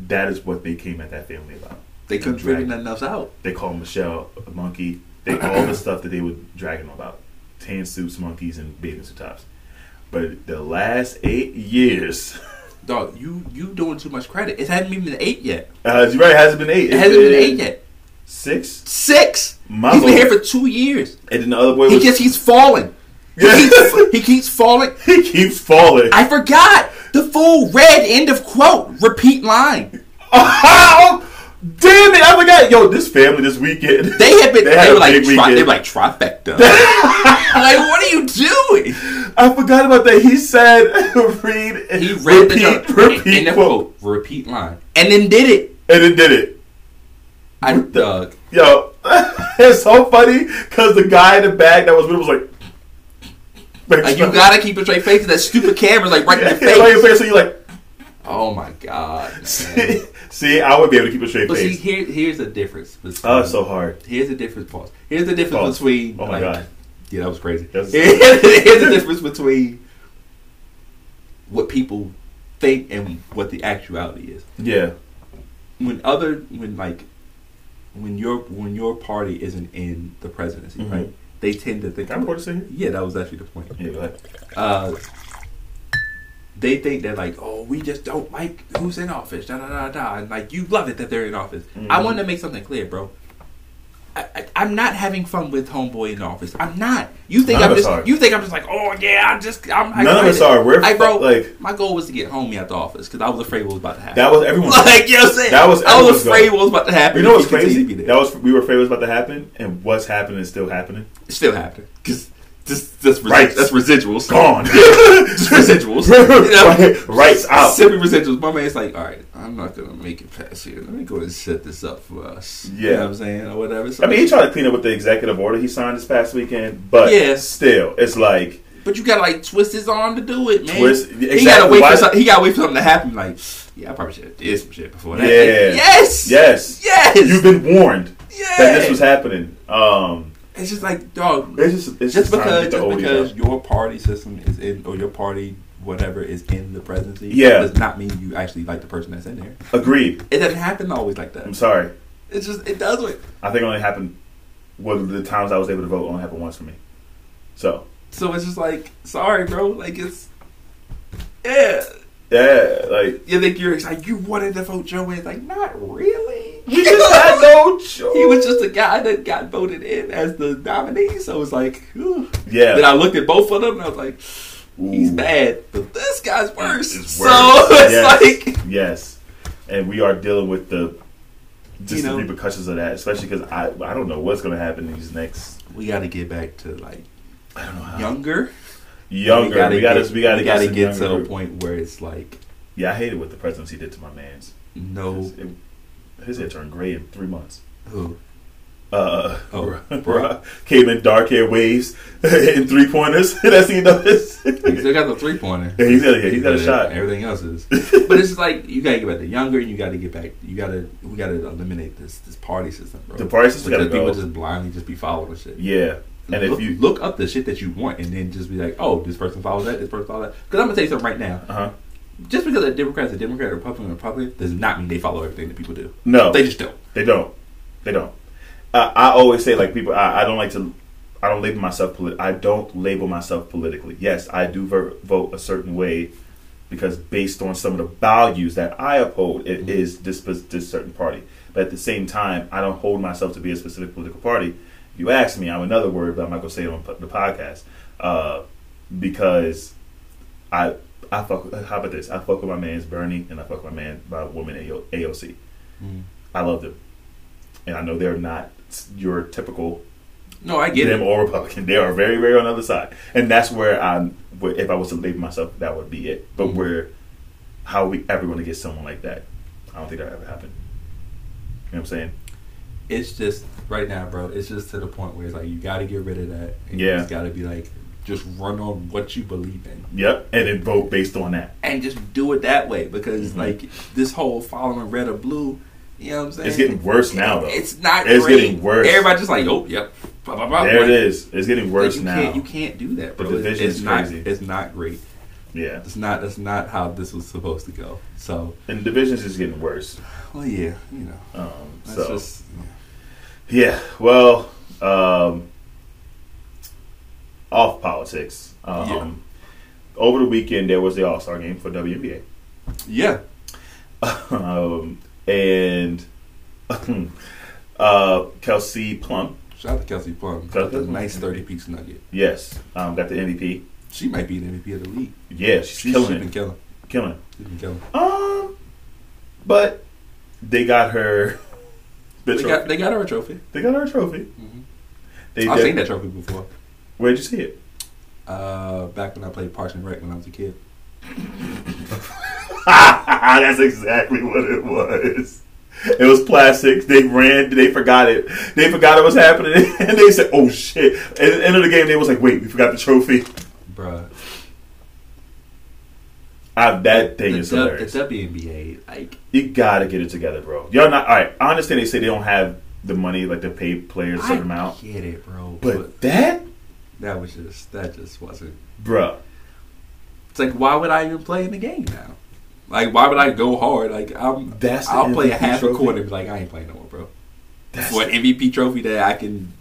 Speaker 3: That is what they came at that family about.
Speaker 2: They couldn't figure nothing else out.
Speaker 3: They called Michelle a monkey. They all the stuff that they were dragging on about tan suits, monkeys, and bathing suit tops. But the last eight years, [LAUGHS]
Speaker 2: Dog, you you doing too much credit. It hadn't even been eight yet.
Speaker 3: uh, you're right, it hasn't been eight.
Speaker 2: It hasn't been eight yet.
Speaker 3: Six.
Speaker 2: Six.
Speaker 3: My
Speaker 2: He's been
Speaker 3: lord.
Speaker 2: here for two years.
Speaker 3: And then the other boy
Speaker 2: He
Speaker 3: was.
Speaker 2: just keeps falling. He
Speaker 3: Yeah.
Speaker 2: keeps, he keeps falling.
Speaker 3: [LAUGHS] he keeps falling.
Speaker 2: I forgot the full red end of quote. Repeat line.
Speaker 3: [LAUGHS] How? Damn it! I forgot. Yo, this family this weekend.
Speaker 2: They had
Speaker 3: [LAUGHS]
Speaker 2: been. They,
Speaker 3: had a
Speaker 2: were like.
Speaker 3: big
Speaker 2: Tri- they
Speaker 3: weekend.
Speaker 2: were like
Speaker 3: [LAUGHS]
Speaker 2: trifecta. like what are you doing?
Speaker 3: I forgot about that. He said, [LAUGHS] "Read,
Speaker 2: He read
Speaker 3: repeat,
Speaker 2: the,
Speaker 3: repeat,
Speaker 2: end of
Speaker 3: quote,"
Speaker 2: quote. Repeat line, and then did it.
Speaker 3: and it did it.
Speaker 2: I
Speaker 3: [LAUGHS]
Speaker 2: dug.
Speaker 3: Yo, it's so funny because the guy in the bag that was with him was like,
Speaker 2: Like you gotta keep a straight face. 'cause That stupid camera's like right in your
Speaker 3: Yeah, [LAUGHS] like,
Speaker 2: face.
Speaker 3: so you're like,
Speaker 2: Oh my god.
Speaker 3: [LAUGHS]
Speaker 2: man.
Speaker 3: see, I would be able to keep a straight
Speaker 2: But see,
Speaker 3: face.
Speaker 2: here, here's the difference. between-
Speaker 3: Oh, it's so hard.
Speaker 2: here's the difference. Pause. Here's the difference
Speaker 3: Pause.
Speaker 2: between.
Speaker 3: Oh my
Speaker 2: like-
Speaker 3: God.
Speaker 2: Yeah, that was crazy. [LAUGHS]
Speaker 3: That's-
Speaker 2: here's the difference between what people think and what the actuality is.
Speaker 3: Yeah,
Speaker 2: When other, when like, when your when your party isn't in the presidency,
Speaker 3: Mhm.
Speaker 2: right? They tend to think.
Speaker 3: can I record this in here?
Speaker 2: Yeah, that was actually the point.
Speaker 3: Yeah, go ahead.
Speaker 2: uh, they think that like, oh, we just don't like who's in office, da da da da, and like you love it that they're in office. I
Speaker 3: Mhm.
Speaker 2: wanted to make something clear, bro. I, I, I'm not having fun with homeboy in the office. I'm not. You think
Speaker 3: None
Speaker 2: I'm
Speaker 3: of us
Speaker 2: just?
Speaker 3: are.
Speaker 2: You think I'm just like, oh yeah, I'm just. I'm, I
Speaker 3: None of
Speaker 2: quit
Speaker 3: us
Speaker 2: it."
Speaker 3: are. We're
Speaker 2: Like,
Speaker 3: fu-
Speaker 2: bro,
Speaker 3: like-
Speaker 2: my goal was to get homie out the office because I was afraid what was about to happen.
Speaker 3: That was
Speaker 2: [LAUGHS]
Speaker 3: everyone.
Speaker 2: like you know what I'm saying.
Speaker 3: That was
Speaker 2: I was
Speaker 3: everyone's
Speaker 2: afraid
Speaker 3: goal.
Speaker 2: what was about to happen.
Speaker 3: You
Speaker 2: if
Speaker 3: know
Speaker 2: [LAUGHS]
Speaker 3: what's
Speaker 2: he continued
Speaker 3: crazy?
Speaker 2: to be
Speaker 3: That
Speaker 2: there.
Speaker 3: was we were afraid it was about to happen, and what's happening is still happening.
Speaker 2: It still happened because this that's, resi-
Speaker 3: Right.
Speaker 2: that's residuals
Speaker 3: [LAUGHS] Gone.
Speaker 2: Just residuals. You know?
Speaker 3: [LAUGHS] Right- Rights out.
Speaker 2: Simply residuals. My man's like, all right, I'm not gonna make it past here. Let me go and set this up for us. you
Speaker 3: Yeah.
Speaker 2: know what I'm saying or whatever. So,
Speaker 3: I mean, he tried to clean up with the executive order he signed this past weekend, but
Speaker 2: Yeah.
Speaker 3: still, it's like
Speaker 2: but you gotta like twist his arm to do it, man.
Speaker 3: Twist-
Speaker 2: He gotta
Speaker 3: exactly.
Speaker 2: wait
Speaker 3: Why-
Speaker 2: for some, he gotta wait for something to happen. Like, yeah, I probably should have did some shit before that.
Speaker 3: Yeah.
Speaker 2: yes,
Speaker 3: yes,
Speaker 2: yes.
Speaker 3: you've been warned
Speaker 2: yeah.
Speaker 3: that this was happening. Um,
Speaker 2: it's just like, dog.
Speaker 3: it's just it's
Speaker 2: just
Speaker 3: time to
Speaker 2: because
Speaker 3: get the
Speaker 2: just
Speaker 3: oldies
Speaker 2: because
Speaker 3: out.
Speaker 2: your party system is in or your party whatever is in the presidency
Speaker 3: Yeah.
Speaker 2: does not mean you actually like the person that's in there.
Speaker 3: agreed.
Speaker 2: It doesn't happen always like
Speaker 3: I'm
Speaker 2: that.
Speaker 3: sorry.
Speaker 2: It's just it doesn't.
Speaker 3: I think it only happened. Well, the times I was able to vote only happened once for me. So
Speaker 2: So it's just like, sorry bro, like it's yeah.
Speaker 3: yeah, like
Speaker 2: You think you're excited you wanted to vote Joe in like not really.
Speaker 3: you just had no choice.
Speaker 2: he was just a guy that got voted in as the nominee, so it's like whew.
Speaker 3: yeah.
Speaker 2: Then I looked at both of them and I was like, He's
Speaker 3: Ooh.
Speaker 2: bad, but this guy's worse.
Speaker 3: It's
Speaker 2: So [LAUGHS]
Speaker 3: worse.
Speaker 2: it's
Speaker 3: Yes.
Speaker 2: like
Speaker 3: Yes, and we are dealing with the
Speaker 2: You
Speaker 3: just
Speaker 2: know.
Speaker 3: the repercussions of that, especially because I I don't know what's going to happen in these next.
Speaker 2: we got to get back to like
Speaker 3: I don't know how
Speaker 2: younger.
Speaker 3: younger. um, We gotta we gotta,
Speaker 2: we gotta
Speaker 3: some
Speaker 2: get to
Speaker 3: younger
Speaker 2: a
Speaker 3: group.
Speaker 2: point where it's like
Speaker 3: Yeah, I hated what the presidency did to my man's.
Speaker 2: no.
Speaker 3: His, it, his hair turned gray in three months.
Speaker 2: Who?
Speaker 3: Uh, [LAUGHS]
Speaker 2: Oh,
Speaker 3: bruh, came in dark hair waves [LAUGHS] and three pointers. [LAUGHS] That's he noticed.
Speaker 2: He still got the three pointer.
Speaker 3: [LAUGHS] Yeah, he's got- yeah, he's got a shot.
Speaker 2: Everything else
Speaker 3: [LAUGHS]
Speaker 2: is, but it's like you gotta get back to younger, and you gotta get back. You gotta we gotta eliminate this this party system, bro.
Speaker 3: The party system
Speaker 2: because
Speaker 3: gotta
Speaker 2: people
Speaker 3: go.
Speaker 2: just blindly just be following shit.
Speaker 3: yeah, and
Speaker 2: look,
Speaker 3: if you
Speaker 2: look up the shit that you want, and then just be like, oh, this person follows that, this person follows that. Because I'm gonna tell you something right now.
Speaker 3: uh huh
Speaker 2: Just because a Democrat's a Democrat, Republican, Republican, does not mean they follow everything that people do.
Speaker 3: no
Speaker 2: They just don't.
Speaker 3: They don't. They don't. I, I always say like people. I, I don't like to. I don't label myself. Polit- I don't label myself politically. Yes, I do ver- vote a certain way because based on some of the values that I uphold, it is this this this certain party. But at the same time, I don't hold myself to be a specific political party. If you ask me, I'm another word, but I'm not gonna say it on po- the podcast uh, because I I fuck. with- How about this? I fuck with my man's Bernie, and I fuck with my man, my woman AO, AOC. I love them, and I know they're not your typical
Speaker 2: No, I get
Speaker 3: them
Speaker 2: it.
Speaker 3: or Republican. They are very, very on the other side, and that's where I'm. where- If I was to label myself, that would be it. But
Speaker 2: Mhm.
Speaker 3: where, how are we ever going to get someone like that? I don't think that ever happened. You know what I'm saying?
Speaker 2: It's just right now, bro. It's just to the point where it's like you gotta get rid of that. And You
Speaker 3: Yeah.
Speaker 2: just gotta be like, just run on what you believe in.
Speaker 3: Yep. And then vote based on that.
Speaker 2: and just do it that way because
Speaker 3: Mhm.
Speaker 2: like this whole following red or blue, you know what I'm saying?
Speaker 3: It's getting worse now, though.
Speaker 2: It's not.
Speaker 3: It's
Speaker 2: great.
Speaker 3: getting worse.
Speaker 2: Everybody just like, oh, yep. Blah, blah, blah.
Speaker 3: there it
Speaker 2: Like,
Speaker 3: is. It's getting
Speaker 2: like,
Speaker 3: worse
Speaker 2: you
Speaker 3: now.
Speaker 2: Can't, you can't do that, bro.
Speaker 3: The
Speaker 2: It's,
Speaker 3: division
Speaker 2: it's
Speaker 3: is
Speaker 2: not.
Speaker 3: crazy.
Speaker 2: It's not great.
Speaker 3: Yeah.
Speaker 2: It's not. That's not how this was supposed to go. So,
Speaker 3: And division's just getting worse.
Speaker 2: well, yeah, you know,
Speaker 3: Um,
Speaker 2: that's
Speaker 3: so
Speaker 2: just
Speaker 3: yeah. Well, um, off politics. Um,
Speaker 2: Yeah.
Speaker 3: Over the weekend, there was the All Star game for WNBA.
Speaker 2: yeah.
Speaker 3: [LAUGHS] um, and [CLEARS THROAT] uh, Kelsey Plum,
Speaker 2: Shout out to Kelsey Plum. Got a nice thirty piece nugget.
Speaker 3: yes, um, got the MVP.
Speaker 2: She might be an MVP of the league.
Speaker 3: Yeah, she's killing
Speaker 2: she
Speaker 3: it,
Speaker 2: been killing.
Speaker 3: killing.
Speaker 2: She's been killing.
Speaker 3: it. Um, but they got her. [LAUGHS] The
Speaker 2: They
Speaker 3: trophy.
Speaker 2: got, they got her a trophy.
Speaker 3: they got her a trophy.
Speaker 2: Mhm.
Speaker 3: They
Speaker 2: I've
Speaker 3: did-
Speaker 2: seen that trophy before.
Speaker 3: Where'd you see it?
Speaker 2: Uh, back when I played Parks and Rec when I was a kid.
Speaker 3: [LAUGHS] That's exactly what it was. It was plastic. They ran. They forgot it. They forgot it was happening, [LAUGHS] and they said, "Oh shit!" At the end of the game, they was like, "Wait, we forgot the trophy."
Speaker 2: Bruh.
Speaker 3: I, Ah, that thing
Speaker 2: the,
Speaker 3: is
Speaker 2: W-
Speaker 3: hilarious.
Speaker 2: the WNBA, like,
Speaker 3: You gotta get it together, bro. Y'all not all right. I understand they say they don't have the money like to pay players a
Speaker 2: I
Speaker 3: certain amount,
Speaker 2: get it, bro. But,
Speaker 3: but that,
Speaker 2: that was just that just wasn't.
Speaker 3: bro,
Speaker 2: It's like, why would I even play in the game now? Like, why would I go hard? Like, I'm
Speaker 3: That's the
Speaker 2: I'll play a
Speaker 3: MVP
Speaker 2: half a
Speaker 3: trophy.
Speaker 2: quarter. And be like, I ain't playing no more, bro.
Speaker 3: that's
Speaker 2: For an MVP trophy that I can,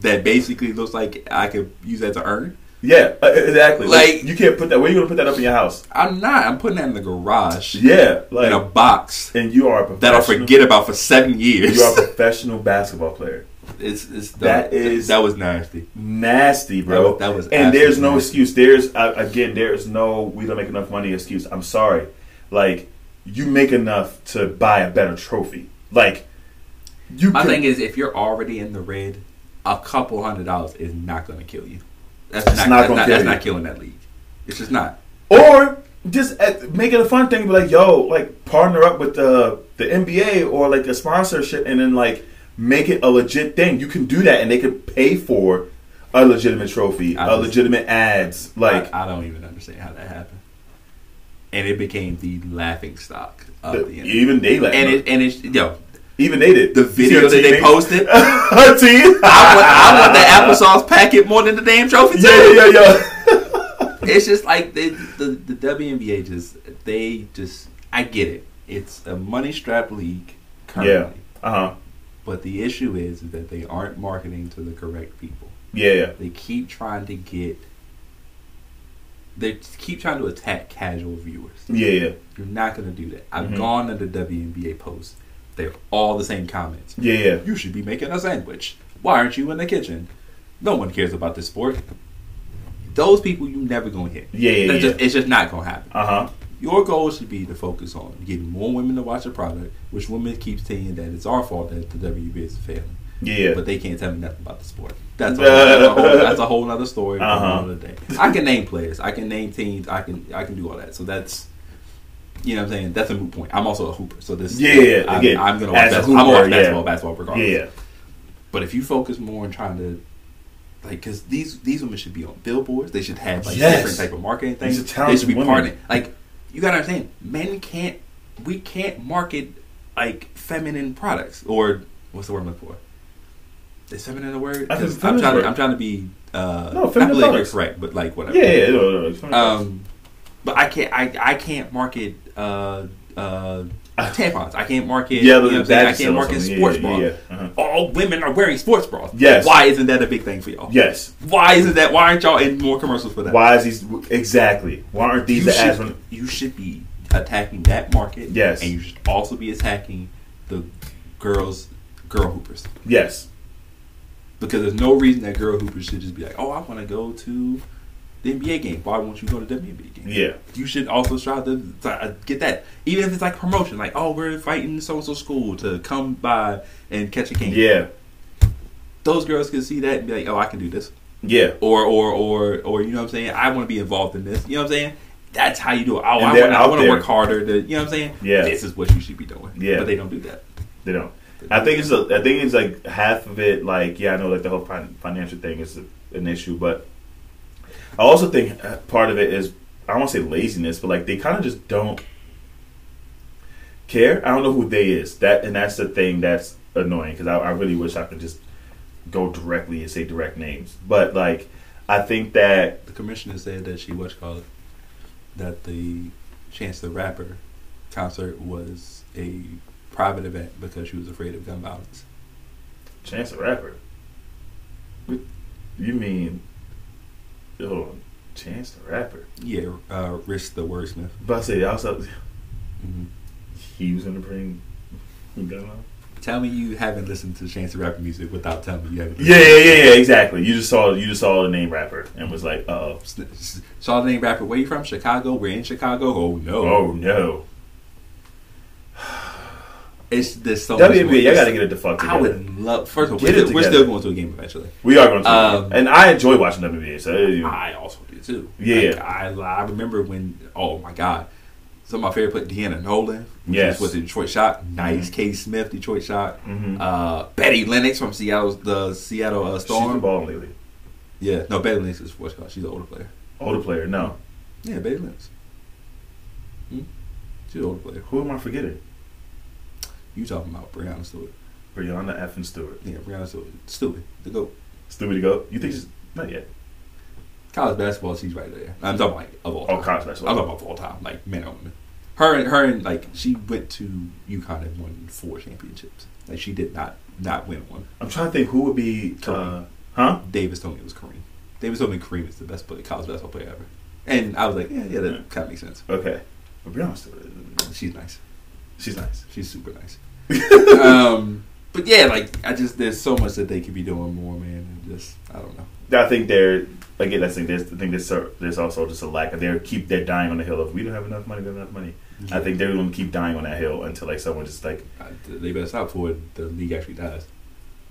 Speaker 2: that basically looks like I could use that to earn.
Speaker 3: yeah, uh, exactly.
Speaker 2: Like-
Speaker 3: Like you can't put that. Where you gonna put that up in your house?
Speaker 2: I'm not. I'm putting that in the garage
Speaker 3: Yeah, like
Speaker 2: in a box
Speaker 3: and you are a
Speaker 2: that I'll
Speaker 3: professional-
Speaker 2: forget about for seven years.
Speaker 3: [LAUGHS] You are a professional basketball player.
Speaker 2: [LAUGHS] it's it's
Speaker 3: That
Speaker 2: that is
Speaker 3: is-
Speaker 2: that was nasty.
Speaker 3: Nasty, bro.
Speaker 2: That was- that was
Speaker 3: and there's no
Speaker 2: absolutely-
Speaker 3: excuse. There's uh, again, there is no we don't make enough money excuse. I'm sorry. Like you make enough to buy a better trophy. Like you.
Speaker 2: My
Speaker 3: can-
Speaker 2: thing is, if you're already in the red, a couple hundred dollars is not going to kill you. That's
Speaker 3: It's
Speaker 2: not,
Speaker 3: not
Speaker 2: that's,
Speaker 3: gonna
Speaker 2: not,
Speaker 3: kill
Speaker 2: that's
Speaker 3: you.
Speaker 2: not killing that league. It's just not.
Speaker 3: Or just at, make it a fun thing, be like, yo, like partner up with the the NBA or like a sponsorship, and then like make it a legit thing. You can do that, and they can pay for a legitimate trophy,
Speaker 2: I
Speaker 3: a
Speaker 2: just-
Speaker 3: legitimate ads. Like
Speaker 2: I, I don't even understand how that happened. And it became the laughing stock of
Speaker 3: the-
Speaker 2: the NBA.
Speaker 3: even they like,
Speaker 2: and it and it's yo
Speaker 3: even they did
Speaker 2: the video that they posted. I want,
Speaker 3: team.
Speaker 2: I
Speaker 3: [LAUGHS]
Speaker 2: want the applesauce packet more than the damn trophy. Too.
Speaker 3: yeah, yeah, yeah. [LAUGHS]
Speaker 2: It's just like they, the the WNBA just they just I get it. It's a money strapped league currently.
Speaker 3: Yeah. Uh huh.
Speaker 2: But the issue is that they aren't marketing to the correct people.
Speaker 3: Yeah, yeah.
Speaker 2: They keep trying to get. They keep trying to attack casual viewers.
Speaker 3: Yeah, yeah,
Speaker 2: You're not going to do that. I've
Speaker 3: Mhm.
Speaker 2: gone to the WNBA post. They're all the same comments.
Speaker 3: yeah, yeah.
Speaker 2: You should be making a sandwich. Why aren't you in the kitchen? No one cares about this sport. those people you never gonna hit.
Speaker 3: Yeah, yeah,
Speaker 2: That's
Speaker 3: yeah.
Speaker 2: just- it's just not gonna happen.
Speaker 3: Uh huh.
Speaker 2: Your goal should be to focus on getting more women to watch the product, which women keep saying that it's our fault that the WB is failing,
Speaker 3: Yeah.
Speaker 2: but they can't tell me nothing about the sport. That's
Speaker 3: [LAUGHS]
Speaker 2: a whole, that's a whole, that's a whole other story. for
Speaker 3: Uh-huh.
Speaker 2: another day. I can name players, I can name teams, I can I can do all that. So that's you know what I'm saying. That's a moot point. I'm also a hooper, so this
Speaker 3: Yeah, yeah,
Speaker 2: I'm,
Speaker 3: again,
Speaker 2: I'm gonna watch,
Speaker 3: as a
Speaker 2: basketball, I'm gonna
Speaker 3: hooper,
Speaker 2: watch
Speaker 3: yeah.
Speaker 2: basketball, basketball regardless.
Speaker 3: yeah.
Speaker 2: But if you focus more on trying to, like, because these these women should be on billboards. They should have like
Speaker 3: Yes.
Speaker 2: different type of marketing things.
Speaker 3: These are
Speaker 2: they should be
Speaker 3: talented
Speaker 2: partnering.
Speaker 3: women.
Speaker 2: Like, you gotta understand, men can't. We can't market like feminine products or what's the word I'm looking for? Is feminine the word?
Speaker 3: I think
Speaker 2: 'Cause I'm
Speaker 3: feminine
Speaker 2: trying.
Speaker 3: word.
Speaker 2: To, I'm trying to be uh,
Speaker 3: No,
Speaker 2: not
Speaker 3: feminine
Speaker 2: politically
Speaker 3: products.
Speaker 2: correct, but like whatever.
Speaker 3: Yeah, yeah, no, no, no.
Speaker 2: Um, but I can't. I, I can't market uh,
Speaker 3: [LAUGHS]
Speaker 2: uh, tampons. I can't market.
Speaker 3: yeah,
Speaker 2: you know
Speaker 3: but
Speaker 2: what I'm saying? I
Speaker 3: that's
Speaker 2: can't market sports
Speaker 3: yeah,
Speaker 2: bras
Speaker 3: Yeah, yeah. uh
Speaker 2: all women are wearing sports bras.
Speaker 3: Yes.
Speaker 2: Why isn't that a big thing for y'all?
Speaker 3: Yes.
Speaker 2: Why isn't that? Why aren't y'all in more commercials for that?
Speaker 3: Why is these exactly? Why aren't these
Speaker 2: You
Speaker 3: the
Speaker 2: should,
Speaker 3: ads? When,
Speaker 2: you should be attacking that market.
Speaker 3: Yes.
Speaker 2: And you should also be attacking the girls, girl hoopers.
Speaker 3: yes.
Speaker 2: Because there's no reason that girl hoopers should just be like, oh, I want to go to the NBA game. Why won't you go to the WNBA game?
Speaker 3: Yeah.
Speaker 2: You should also try to, to, uh, get that. Even if it's like promotion, like, oh, we're inviting so and so school to come by and catch a game.
Speaker 3: Yeah.
Speaker 2: Those girls can see that and be like, oh, I can do this.
Speaker 3: Yeah.
Speaker 2: or or or or you know what I'm saying. I want to be involved in this. You know what I'm saying. That's how you do it. Oh,
Speaker 3: And
Speaker 2: I
Speaker 3: they're
Speaker 2: want, I
Speaker 3: out
Speaker 2: want to
Speaker 3: there.
Speaker 2: work harder. To, you know what I'm saying.
Speaker 3: Yeah.
Speaker 2: This is what you should be doing.
Speaker 3: Yeah.
Speaker 2: But they don't do that.
Speaker 3: They don't. I think it's a, I think it's like half of it. Like yeah, I know like the whole fin- financial thing is a, an issue, but I also think uh, part of it is I won't say laziness, but like they kind of just don't care. I don't know who they is that, and that's the thing that's annoying because I, I really wish I could just go directly and say direct names, but like I think that
Speaker 2: The commissioner said that she what you call it that the Chance the Rapper concert was a private event because she was afraid of gun violence.
Speaker 3: Chance the Rapper. You mean hold on, Chance the Rapper?
Speaker 2: Yeah, uh, risk the wordsmith.
Speaker 3: But I say also Mm-hmm.
Speaker 2: mm
Speaker 3: he was in the bring gun law.
Speaker 2: Tell me you haven't listened to Chance the Rapper music without telling me you haven't.
Speaker 3: Yeah, yeah, yeah, yeah, exactly. You just saw you just saw the name rapper and was like, oh,
Speaker 2: Saw the name rapper. Where you from? Chicago. We're in Chicago. Oh no.
Speaker 3: oh no.
Speaker 2: It's there's so much more-
Speaker 3: WNBA, y'all gotta get it the fuck
Speaker 2: I
Speaker 3: together.
Speaker 2: would love. First of all,
Speaker 3: Get
Speaker 2: we're
Speaker 3: it
Speaker 2: still, we're
Speaker 3: together.
Speaker 2: still going to a game eventually.
Speaker 3: we are going to,
Speaker 2: Um,
Speaker 3: and I enjoy watching WNBA. So it is-
Speaker 2: I also do too.
Speaker 3: Yeah.
Speaker 2: Like, I I remember when. Oh my god, some of my favorite players, Deanna Nolan. Which
Speaker 3: Yes. Mm-hmm.
Speaker 2: is with the Detroit Shot. Nice, Kay Smith, Detroit Shot.
Speaker 3: mhm.
Speaker 2: Uh, Betty Lennox from Seattle, the Seattle uh,
Speaker 3: she's been
Speaker 2: Storm.
Speaker 3: balling lately.
Speaker 2: Yeah, no, Betty Lennox is what's called. She's an older player.
Speaker 3: Older player, no.
Speaker 2: Yeah, Betty Lennox. Hmm? She's an older player.
Speaker 3: Who am I forgetting?
Speaker 2: You talking about Brianna Stewart?
Speaker 3: Brianna effing Stewart.
Speaker 2: Yeah, Brianna Stewart. Stewart, the goat.
Speaker 3: Stewart to go? You think she's not yet?
Speaker 2: College basketball, she's right there. I'm talking like of all.
Speaker 3: Oh,
Speaker 2: time.
Speaker 3: college
Speaker 2: I
Speaker 3: basketball.
Speaker 2: love her all time, like men and women. Her and her and like she went to UConn and won four championships. Like she did not not win one.
Speaker 3: I'm trying to think who would be, uh,
Speaker 2: Kareem.
Speaker 3: huh?
Speaker 2: Davis told me it was Kareem. Davis told me Kareem is the best player, college basketball player ever. And I was like, yeah, yeah, that kind of makes sense.
Speaker 3: Okay, but Brianna Stewart,
Speaker 2: She's nice.
Speaker 3: she's nice.
Speaker 2: She's super nice. [LAUGHS] um, but yeah, like I just there's so much that they could be doing more, man. And just I don't know.
Speaker 3: I think they're again. That's the thing. There's, I think there's so- there's also just a lack of they keep they're dying on the hill of we don't have enough money. We don't have enough money. I think they're going to keep dying on that hill until like someone just like
Speaker 2: I, they better stop for it. The league actually dies.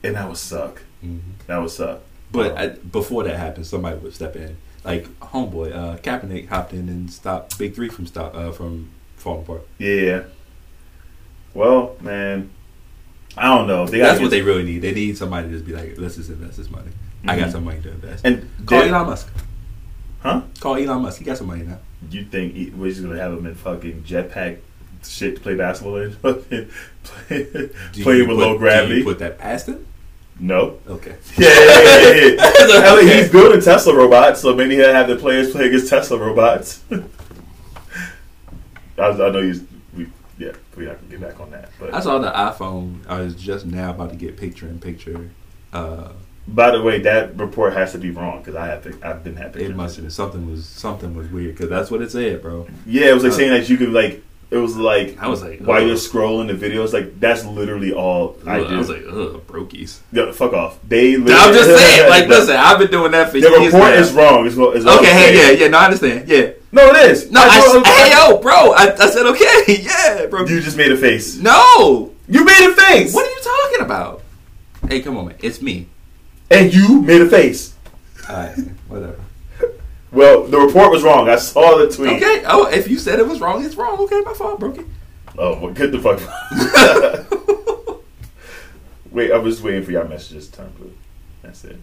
Speaker 3: and that would suck.
Speaker 2: Mm-hmm.
Speaker 3: That would suck.
Speaker 2: But I, before that happened, somebody would step in. Like homeboy, uh, Kaepernick hopped in and stopped Big Three from stop uh, from falling apart.
Speaker 3: Yeah. Well, man, I don't know. They got
Speaker 2: That's what they really need. They need somebody to just be like, let's just invest this money. I got
Speaker 3: Mhm.
Speaker 2: some money to invest.
Speaker 3: and
Speaker 2: Call
Speaker 3: they-
Speaker 2: Elon Musk.
Speaker 3: huh?
Speaker 2: Call Elon Musk. He got some money now.
Speaker 3: You think he- we're just gonna have them in fucking jetpack shit to play basketball in? [LAUGHS] Fucking play,
Speaker 2: Do
Speaker 3: playing
Speaker 2: you
Speaker 3: with
Speaker 2: put-
Speaker 3: low
Speaker 2: Do
Speaker 3: gravity?
Speaker 2: you put that past him?
Speaker 3: no.
Speaker 2: Okay.
Speaker 3: Yeah, yeah, yeah,
Speaker 2: [LAUGHS]
Speaker 3: yeah, yeah. I mean,
Speaker 2: Okay.
Speaker 3: he's building Tesla robots, so maybe he'll have the players play against Tesla robots. [LAUGHS] I, I know you. We, yeah, we have to get back on that.
Speaker 2: I
Speaker 3: But
Speaker 2: saw the iPhone. I was just now about to get picture in picture. Uh,
Speaker 3: by the way, that report has to be wrong because I have. pic- I've been having.
Speaker 2: it must have something was something was weird because that's what it said, bro.
Speaker 3: Yeah, it was like
Speaker 2: Uh,
Speaker 3: saying that you could like It was like
Speaker 2: I was like,
Speaker 3: while
Speaker 2: ugh.
Speaker 3: you're scrolling the videos, like that's literally all I
Speaker 2: Ugh,
Speaker 3: do.
Speaker 2: I was like, ugh, brokies. [LAUGHS]
Speaker 3: Yeah, fuck off. They.
Speaker 2: No, I'm
Speaker 3: [LAUGHS]
Speaker 2: just saying, like,
Speaker 3: No.
Speaker 2: listen, I've been doing that for
Speaker 3: The
Speaker 2: years.
Speaker 3: report
Speaker 2: now.
Speaker 3: is wrong. Is what, is what
Speaker 2: okay,
Speaker 3: I'm
Speaker 2: hey,
Speaker 3: saying.
Speaker 2: yeah, yeah, no, I understand. Yeah.
Speaker 3: No, it is.
Speaker 2: No, I,
Speaker 3: know-
Speaker 2: s- hey, yo, bro, I, I said, okay, [LAUGHS] yeah, bro.
Speaker 3: You just made a face.
Speaker 2: no!
Speaker 3: You made a face.
Speaker 2: What are you talking about? Hey, come on, man. It's me.
Speaker 3: And you made a face.
Speaker 4: Alright, whatever.
Speaker 3: Well, the report was wrong. I saw the tweet.
Speaker 2: Okay. Oh, if you said it was wrong, it's wrong. Okay, my fault, [LAUGHS]
Speaker 3: [LAUGHS]
Speaker 2: Brokey.
Speaker 3: Oh, well, get the fuck.
Speaker 2: [LAUGHS]
Speaker 3: Wait, I was waiting for y'all messages to come through. That's it.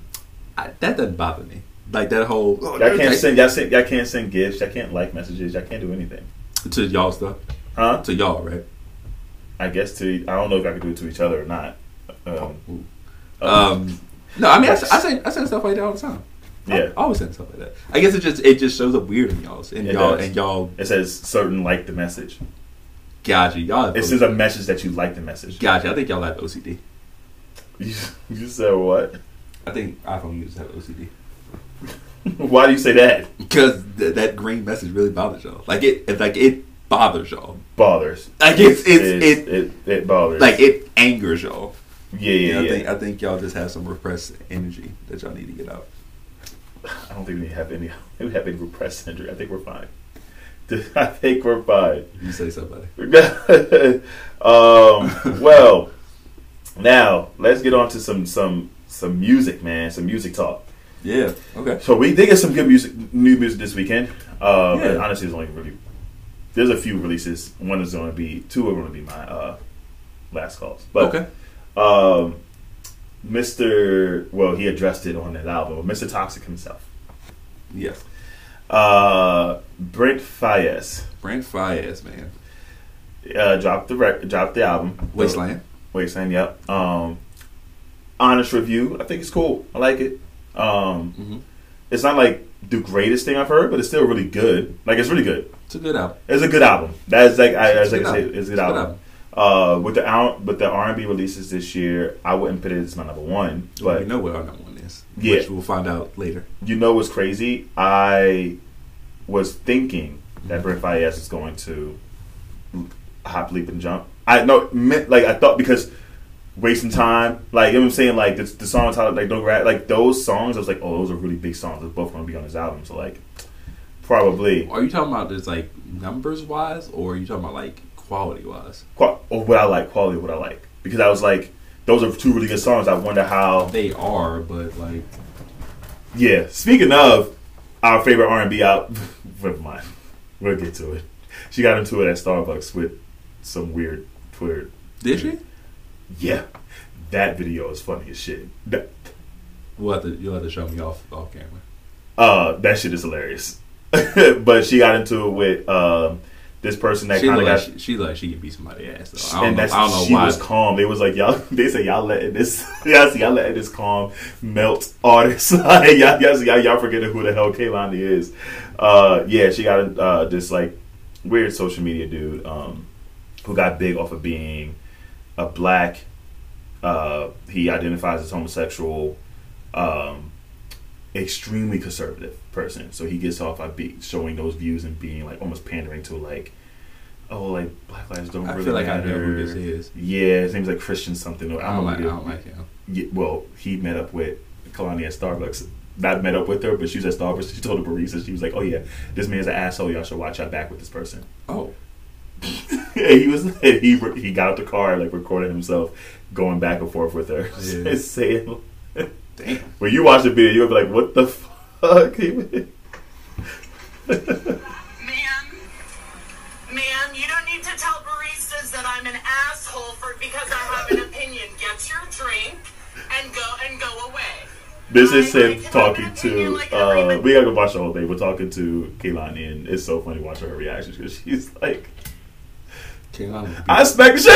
Speaker 2: I, that doesn't bother me. Like that whole. Oh,
Speaker 3: Y'all can't
Speaker 2: okay.
Speaker 3: send. Y'all, send, y'all can't send gifts. Y'all can't like messages. Y'all can't do anything.
Speaker 2: to y'all stuff.
Speaker 3: Huh?
Speaker 2: To y'all, right?
Speaker 3: I guess to. I don't know if I could do it to each other or not. Um, uh,
Speaker 2: Ooh. Um, no, I mean, I, s- I send I send stuff like that all the time.
Speaker 3: Yeah.
Speaker 2: I always send stuff like that. I guess it just it just shows up weird in y'all's and
Speaker 3: It
Speaker 2: y'all
Speaker 3: does.
Speaker 2: and y'all
Speaker 3: It says certain like the message.
Speaker 2: gotcha y'all.
Speaker 3: It says a message that you like the message.
Speaker 2: gotcha. I think y'all have OCD.
Speaker 3: You, [LAUGHS] you said what? [LAUGHS]
Speaker 2: I think iPhone users have OCD
Speaker 3: Why do you say that?
Speaker 2: because th- that green message really bothers y'all. Like it, it- like it bothers y'all.
Speaker 3: Bothers.
Speaker 2: Like it's it's
Speaker 3: It-
Speaker 2: it,
Speaker 3: it, it bothers.
Speaker 2: like it angers y'all.
Speaker 3: yeah, yeah,
Speaker 2: I
Speaker 3: yeah.
Speaker 2: think I think y'all just have some repressed energy that y'all need to get out.
Speaker 3: [SIGHS] I don't think we have any. We have any repressed injury. I think we're fine. [LAUGHS] I think we're fine. [LAUGHS]
Speaker 2: You say somebody.
Speaker 3: um, well, now let's get on to some some some music, man. Some music talk.
Speaker 2: Yeah. Okay.
Speaker 3: So we did get some good music, new music this weekend. Um,
Speaker 2: Yeah.
Speaker 3: and honestly, there's only really there's a few releases. One is going to be two are going to be my uh, last calls. But
Speaker 2: okay.
Speaker 3: um, Mr. Well, he addressed it on that album. Mr. Toxic himself,
Speaker 2: Yes.
Speaker 3: uh, Brent Fayez,
Speaker 2: Brent Fayez, man.
Speaker 3: uh, dropped the rec- dropped the album.
Speaker 2: Wasteland.
Speaker 3: Wasteland, yep. Um, honest review. I think it's cool. I like it. Um,
Speaker 2: Mhm.
Speaker 3: It's not like the greatest thing I've heard, but it's still really good. Like it's really good.
Speaker 2: It's a good album.
Speaker 3: It's a good album. That is like I,
Speaker 2: It's
Speaker 3: I
Speaker 2: a good
Speaker 3: like I
Speaker 2: album.
Speaker 3: say, it's a good
Speaker 2: It's a good
Speaker 3: album. Uh, with the out, with the R and B releases this year, I wouldn't put it as my number one.
Speaker 2: But we
Speaker 3: But
Speaker 2: know what our number one is.
Speaker 3: Yeah.
Speaker 2: Which we'll find out later.
Speaker 3: you know what's crazy? I was thinking that Brent Fayez was going to hop, leap, and jump. I no, meant like I thought because wasting time, like you know what I'm saying, like the, the song titled like don't grab, like those songs. I was like, oh, those are really big songs. They're both going to be on this album, so like probably
Speaker 2: Are you talking about this like numbers wise or are you talking about like quality wise?
Speaker 3: qua- or what I like, quality, of what I like, because I was like, those are two really good songs. I wonder how.
Speaker 2: They are, but like
Speaker 3: Yeah. Speaking of our favorite R and B out [LAUGHS] never mind. We'll get to it. She got into it at Starbucks with some weird Twitter.
Speaker 2: did she?
Speaker 3: Yeah. That video is funny as shit. That,
Speaker 2: We'll have to you'll have to show me off off camera.
Speaker 3: uh, that shit is hilarious. [LAUGHS] but she got into it with um, this person that
Speaker 2: she
Speaker 3: kind
Speaker 2: look
Speaker 3: of
Speaker 2: like
Speaker 3: got.
Speaker 2: she, she look like she can beat somebody's ass though. I don't
Speaker 3: and
Speaker 2: know,
Speaker 3: that's
Speaker 2: I don't
Speaker 3: she
Speaker 2: know why.
Speaker 3: was calm. They was like y'all. [LAUGHS] They said y'all letting this. [LAUGHS] y'all see y'all letting this calm melt artists. [LAUGHS] Like, y'all, y'all, y'all, y'all forgetting who the hell Kaylani is. Uh, yeah, she got uh, this like weird social media dude um, who got big off of being a black. Uh, he identifies as homosexual. Um, extremely conservative person so he gets off by be- showing those views and being like almost pandering to like oh like black lives don't
Speaker 2: I
Speaker 3: really
Speaker 2: feel like I
Speaker 3: matter
Speaker 2: know who this is.
Speaker 3: yeah, his name's like Christian something.
Speaker 2: I don't
Speaker 3: gonna
Speaker 2: like I
Speaker 3: get-
Speaker 2: don't like him.
Speaker 3: Yeah, well, he met up with Kalani at Starbucks. Not met up with her, but she was at Starbucks. She told the barista, she was like, "Oh yeah, this man's an asshole. Y'all should watch out back with this person."
Speaker 2: Oh.
Speaker 3: and he was [LAUGHS] and he he got out the car and like recorded himself going back and forth with her, [LAUGHS]
Speaker 2: Yeah.
Speaker 3: saying,
Speaker 2: Damn.
Speaker 3: "When you watch the video, you'll be like, what the fuck?" [LAUGHS]
Speaker 5: Ma'am, ma'am, you don't need to tell baristas that I'm an asshole for because I have an opinion. Get your drink and go and go away.
Speaker 3: This is
Speaker 5: I- I
Speaker 3: him
Speaker 5: can have
Speaker 3: talking
Speaker 5: an opinion
Speaker 3: to.
Speaker 5: like
Speaker 3: uh
Speaker 5: everybody-
Speaker 3: We gotta go watch the whole thing. We're talking to Kaylani, and it's so funny watching her reactions because she's like,
Speaker 2: Kaylani
Speaker 3: [LAUGHS] "I smack the shit."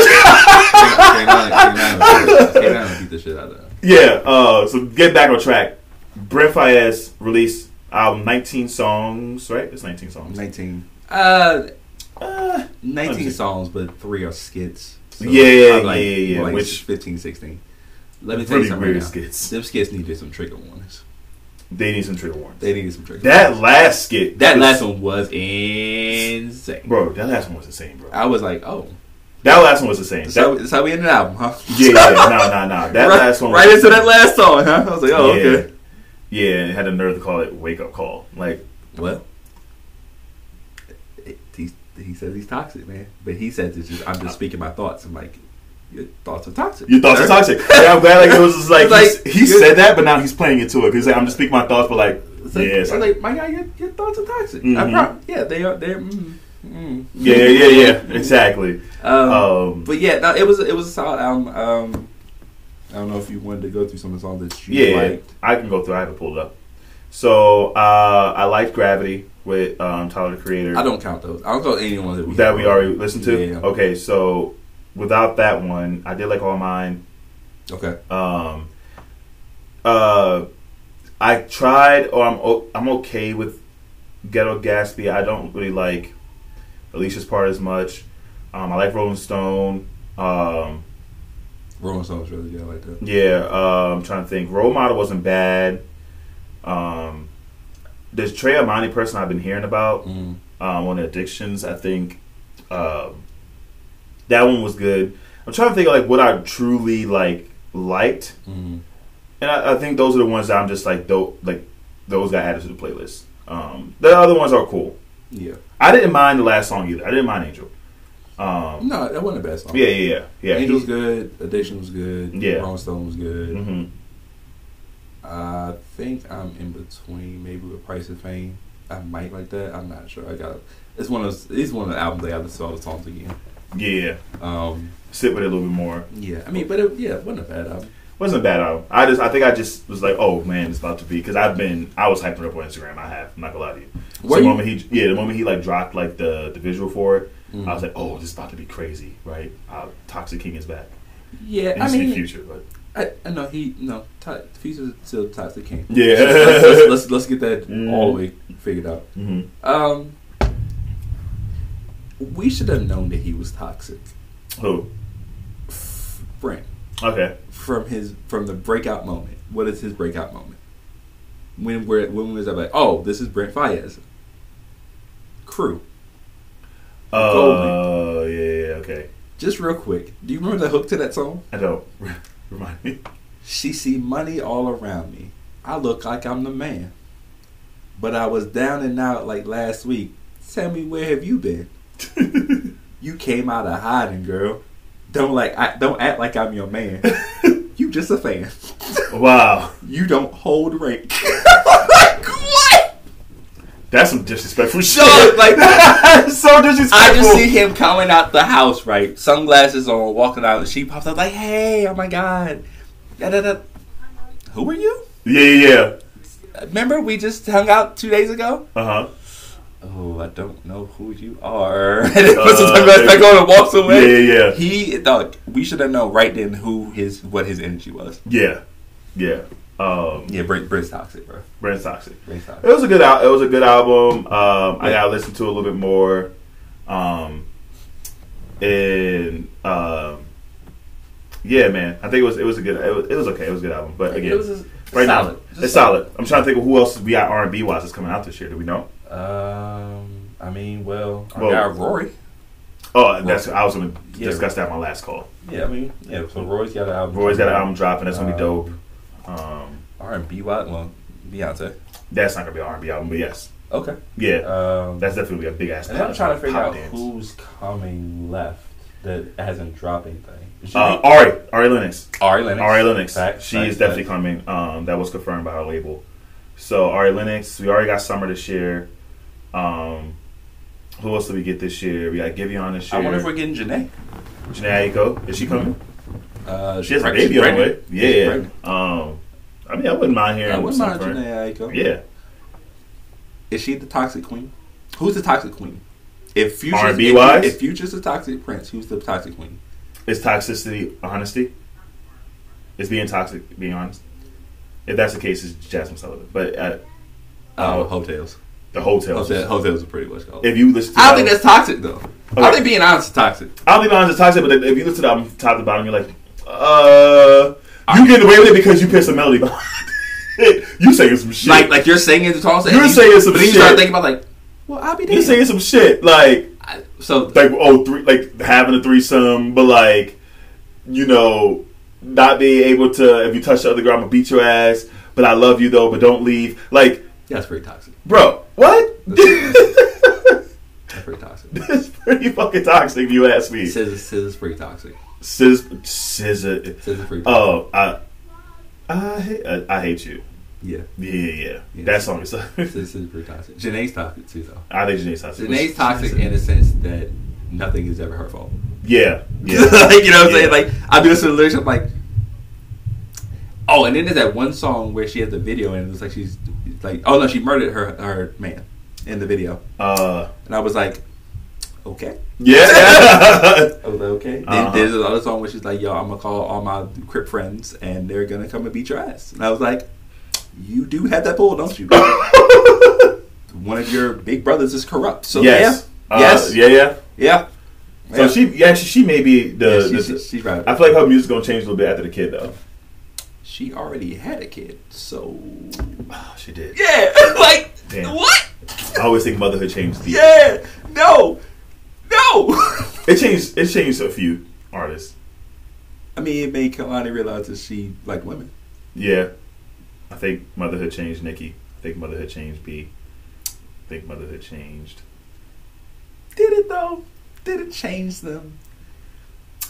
Speaker 2: Kaylani Kaylani beat the shit out of her.
Speaker 3: yeah. Uh, so get back on track. Brent Fayez released album, 19 songs. Right, it's 19 songs.
Speaker 2: 19. Uh,
Speaker 3: Uh,
Speaker 2: 19
Speaker 3: Okay.
Speaker 2: songs, but three are skits. So
Speaker 3: Yeah,
Speaker 2: I'm
Speaker 3: yeah, yeah,
Speaker 2: I'm Like
Speaker 3: which-
Speaker 2: 15, 16. Let me tell you
Speaker 3: really
Speaker 2: something. Right
Speaker 3: weird
Speaker 2: now.
Speaker 3: skits.
Speaker 2: Them skits needed some trigger warnings.
Speaker 3: They need some trigger warrants.
Speaker 4: They needed some trigger.
Speaker 3: That last skit.
Speaker 2: That
Speaker 3: was-
Speaker 2: last one was insane.
Speaker 3: Bro, that last one was insane, bro.
Speaker 2: I was like, oh,
Speaker 3: That last one was insane.
Speaker 2: that's
Speaker 3: That,
Speaker 2: how, that's how we end an album, huh?
Speaker 3: [LAUGHS] yeah, yeah, nah, nah, nah.
Speaker 2: [LAUGHS]
Speaker 3: That
Speaker 2: right,
Speaker 3: last one was
Speaker 2: right into that last song, huh? I was like, oh,
Speaker 3: yeah.
Speaker 2: okay.
Speaker 3: Yeah, and had the nerve to call it wake up call. Like,
Speaker 2: Well, it- he, he says he's toxic, man. But he says it's just, I'm just speaking my thoughts. I'm like, your thoughts are toxic.
Speaker 3: Uh, your thoughts are toxic. Yeah, I'm glad like it was just like,
Speaker 2: [LAUGHS] It's like-
Speaker 3: he, he said that, but now he's playing into it because like, I'm just speaking my thoughts, but like,
Speaker 2: It's
Speaker 3: yeah,
Speaker 2: like,
Speaker 3: it's
Speaker 2: I'm
Speaker 3: like-
Speaker 2: like, my guy, your, your thoughts are toxic. I
Speaker 3: Mhm.
Speaker 2: prob- yeah, they are. They're, mm, mm.
Speaker 3: yeah, yeah, yeah, yeah, exactly.
Speaker 2: Um,
Speaker 3: Um,
Speaker 2: but yeah, no, it was it was a solid album. Um, I don't know if you wanted to go through some of the songs that you
Speaker 3: yeah,
Speaker 2: liked.
Speaker 3: I can go through. I haven't pulled it up. So uh, I liked Gravity with um, Tyler the Creator.
Speaker 2: I don't count those. I don't count any ones that we
Speaker 3: that we already listened to.
Speaker 2: Yeah.
Speaker 3: Okay, so without that one, I did like all mine.
Speaker 2: Okay.
Speaker 3: Um, uh, I tried, or I'm o- I'm okay with Ghetto Gatsby. I don't really like Alicia's part as much. Um, I like Rolling Stone. Um,
Speaker 2: Rolling Stones really good. I like that.
Speaker 3: yeah, uh, I'm trying to think. Role Model wasn't bad. Um, this Trey Amani person I've been hearing about
Speaker 2: Mm.
Speaker 3: um, on addictions. I think um, that one was good. I'm trying to think of, like what I truly like liked,
Speaker 2: Mm.
Speaker 3: and I, I think those are the ones that I'm just like though like those got added to the playlist. Um, the other ones are cool.
Speaker 2: Yeah.
Speaker 3: I didn't mind the last song either. I didn't mind Angel. Um,
Speaker 2: No, that wasn't a bad song.
Speaker 3: yeah, yeah, yeah, yeah.
Speaker 2: Angel's good. Addiction was good.
Speaker 3: Yeah.
Speaker 2: Rolling Stone was good.
Speaker 3: hmm
Speaker 2: I think I'm in between, maybe with Price of Fame. I might like that. I'm not sure. I got it's one of those, it's one of the albums that I listen to all the songs again.
Speaker 3: Yeah,
Speaker 2: Um,
Speaker 3: sit with it a little bit more.
Speaker 2: yeah, I mean, but it, yeah, it wasn't a bad album.
Speaker 3: Wasn't a bad album. I just, I think I just was like, oh man, it's about to be because I've been, I was hyping it up on Instagram. I have, I'm not gonna lie to you.
Speaker 2: Were
Speaker 3: so the
Speaker 2: you-
Speaker 3: moment he, yeah, the moment he like dropped like the the visual for it,
Speaker 2: Mhm.
Speaker 3: I was like, oh, this is about to be crazy, right? Uh, Toxic King is back.
Speaker 2: Yeah,
Speaker 3: And
Speaker 2: I
Speaker 3: I
Speaker 2: mean,
Speaker 3: future, but
Speaker 2: I, I know he no Ty- Future's still Toxic King.
Speaker 3: Yeah.
Speaker 2: let's, let's, let's let's get that
Speaker 3: Mm.
Speaker 2: all the way figured out.
Speaker 3: Mhm.
Speaker 2: Um, we should have known that he was toxic.
Speaker 3: who?
Speaker 2: Frank
Speaker 3: Okay,
Speaker 2: from his from the breakout moment. What is his breakout moment? When we're when was I like, oh, this is Brent Fayez. Crew.
Speaker 3: oh uh, yeah, yeah, okay.
Speaker 2: Just real quick, do you remember the hook to that song?
Speaker 3: I don't [LAUGHS] remind me. [LAUGHS]
Speaker 2: She see money all around me. I look like I'm the man. But I was down and out like last week. Tell me where have you been? you came out of hiding, girl. Don't like I, don't act like I'm your man. [LAUGHS] you just a fan. [LAUGHS]
Speaker 3: Wow,
Speaker 2: You don't hold rank. [LAUGHS] like what?
Speaker 3: that's some disrespectful shit.
Speaker 2: Dog, like
Speaker 3: [LAUGHS] so disrespectful.
Speaker 2: I just see him coming out the house, right? Sunglasses on, walking out, and she pops up like, "Hey, oh my god, da, da, da. who are you?
Speaker 3: Yeah, yeah, yeah.
Speaker 2: Remember we just hung out two days ago?
Speaker 3: Uh huh.
Speaker 2: Oh, I don't know who you are." [LAUGHS] and then puts his
Speaker 3: Uh,
Speaker 2: sunglasses back on and walks
Speaker 3: Yeah,
Speaker 2: away.
Speaker 3: yeah, yeah.
Speaker 2: He dog. We should have known right then who his what his energy was.
Speaker 3: Yeah, yeah. Um,
Speaker 2: Yeah, Brent, Brent's toxic, bro.
Speaker 3: Brand Toxic.
Speaker 2: Brent's
Speaker 3: It
Speaker 2: toxic.
Speaker 3: was a good al- It was a good album. Um, I gotta listen to it a little bit more. Um, and um, yeah, man, I think it was it was a good. It was, it was okay. It was a good album. But again,
Speaker 2: It was just
Speaker 3: right
Speaker 2: solid.
Speaker 3: now
Speaker 2: Just
Speaker 3: it's solid. I'm trying to think of who else we got R and B wise that's coming out this year. Do we know?
Speaker 2: Um, I mean, well, I
Speaker 3: Well-
Speaker 2: got Rory.
Speaker 3: Oh, and that's I was gonna
Speaker 2: Yeah.
Speaker 3: discuss that on my last call.
Speaker 2: Yeah, I mean, yeah. So Roy's got an album.
Speaker 3: Roy's got an album dropping. That's gonna be dope.
Speaker 2: Um,
Speaker 3: Um,
Speaker 2: R and B wise, well, Beyonce.
Speaker 3: that's not gonna be an R and B album, but yes,
Speaker 2: Okay.
Speaker 3: yeah,
Speaker 2: Um,
Speaker 3: that's definitely gonna be a big ass.
Speaker 2: and I'm trying to figure
Speaker 3: pop
Speaker 2: out
Speaker 3: dance.
Speaker 2: who's coming left that hasn't dropped anything. Is she-
Speaker 3: Uh, Ari Ari Lennox.
Speaker 2: Ari Lennox.
Speaker 3: Ari Lennox.
Speaker 2: Fact,
Speaker 3: she
Speaker 2: fact,
Speaker 3: is definitely
Speaker 2: fact.
Speaker 3: coming. Um, that was confirmed by her label. So Ari Lennox. We already got Summer this year. Um, who else did we get this year? We got Giveon this year.
Speaker 2: I wonder if we're getting Janae.
Speaker 3: Janae Aiko. Is she coming?
Speaker 2: Uh,
Speaker 3: She has a
Speaker 2: she's
Speaker 3: baby on the way.
Speaker 2: pregnant. She's
Speaker 3: Yeah.
Speaker 2: pregnant.
Speaker 3: Um, I mean, I wouldn't mind hearing.
Speaker 2: Yeah, what's my
Speaker 3: something from her.
Speaker 2: Janae Aiko?
Speaker 3: Yeah.
Speaker 2: Is she the toxic queen? Who's the toxic queen? If Future's,
Speaker 3: R&B
Speaker 2: if,
Speaker 3: wise?
Speaker 2: if Future's the toxic prince, who's the toxic queen?
Speaker 3: Is toxicity honesty? Is being toxic being honest? If that's the case, it's Jasmine Sullivan. But uh,
Speaker 2: Oh, hotels.
Speaker 3: the hotel.
Speaker 2: Hotels. Hotels are pretty much called.
Speaker 3: If you listen, to
Speaker 2: I
Speaker 3: the
Speaker 2: don't think
Speaker 3: album-
Speaker 2: that's toxic though. I
Speaker 3: Okay.
Speaker 2: think being honest is toxic.
Speaker 3: I'll be honest, it's toxic, but if you listen to the album top to bottom, you're like, uh, you get away with it [LAUGHS] because you pissed a melody behind. you saying some shit.
Speaker 2: Like like you're saying it to Tom
Speaker 3: You're saying some
Speaker 2: but then you
Speaker 3: shit.
Speaker 2: start thinking about like, well, I'll be there.
Speaker 3: you saying some shit. Like
Speaker 2: I,
Speaker 3: [LAUGHS]
Speaker 2: so
Speaker 3: like oh three like having a threesome, but like you know not being able to if you touch the other girl, I'm gonna beat your ass. But I love you though, but don't leave. Like
Speaker 2: that's pretty toxic.
Speaker 3: bro, what? [LAUGHS]
Speaker 2: That's pretty toxic.
Speaker 3: it's pretty fucking toxic if you ask me.
Speaker 2: Scissors, scissors, pretty toxic.
Speaker 3: Sis, scissor.
Speaker 2: Scissors, pretty. Toxic.
Speaker 3: Oh, I, I, hate, uh, I, I hate you.
Speaker 2: yeah.
Speaker 3: Yeah, yeah, yeah.
Speaker 2: Yeah.
Speaker 3: That song is. [LAUGHS] I think
Speaker 2: Scissors is pretty toxic. Janae's toxic too, though.
Speaker 3: Janae's toxic.
Speaker 2: Janae's toxic in the sense that nothing is ever her fault.
Speaker 3: Yeah,
Speaker 2: [LAUGHS]
Speaker 3: yeah.
Speaker 2: like you know what I'm saying?
Speaker 3: Yeah.
Speaker 2: Like I do this to the lyrics, I'm like Oh, and then there's that one song where she has the video and it's like she's like oh no, she murdered her her man in the video.
Speaker 3: Uh,
Speaker 2: And I was like, Okay.
Speaker 3: yeah.
Speaker 2: I was like, okay.
Speaker 3: Uh-huh.
Speaker 2: Then there's another song where she's like, yo, I'm gonna call all my crip friends and they're gonna come and beat your ass. And I was like, You do have that pull,
Speaker 3: [LAUGHS]
Speaker 2: don't you? one of your big brothers is corrupt. So
Speaker 3: [LAUGHS] yes.
Speaker 2: [LAUGHS] yeah.
Speaker 3: Uh,
Speaker 2: yes.
Speaker 3: Yeah, yeah.
Speaker 2: Yeah.
Speaker 3: So
Speaker 2: Yeah.
Speaker 3: she, yeah, she, she may be the.
Speaker 2: Yeah,
Speaker 3: the-
Speaker 2: she, she, she's right.
Speaker 3: I feel like her music's gonna change a little bit after the kid though.
Speaker 2: She already had a kid,
Speaker 3: [LAUGHS]
Speaker 2: so Ah,
Speaker 3: Oh, she did.
Speaker 2: Yeah, [LAUGHS] like
Speaker 3: Damn.
Speaker 2: what?
Speaker 3: I always think motherhood changed. The,
Speaker 2: Yeah, no, no. [LAUGHS]
Speaker 3: It changed. It changed a few artists.
Speaker 2: I mean, it made Kalani realize that she liked women.
Speaker 3: Yeah. I think motherhood changed Nikki. I think motherhood changed B. I think motherhood changed.
Speaker 2: Did it though? Did it change them?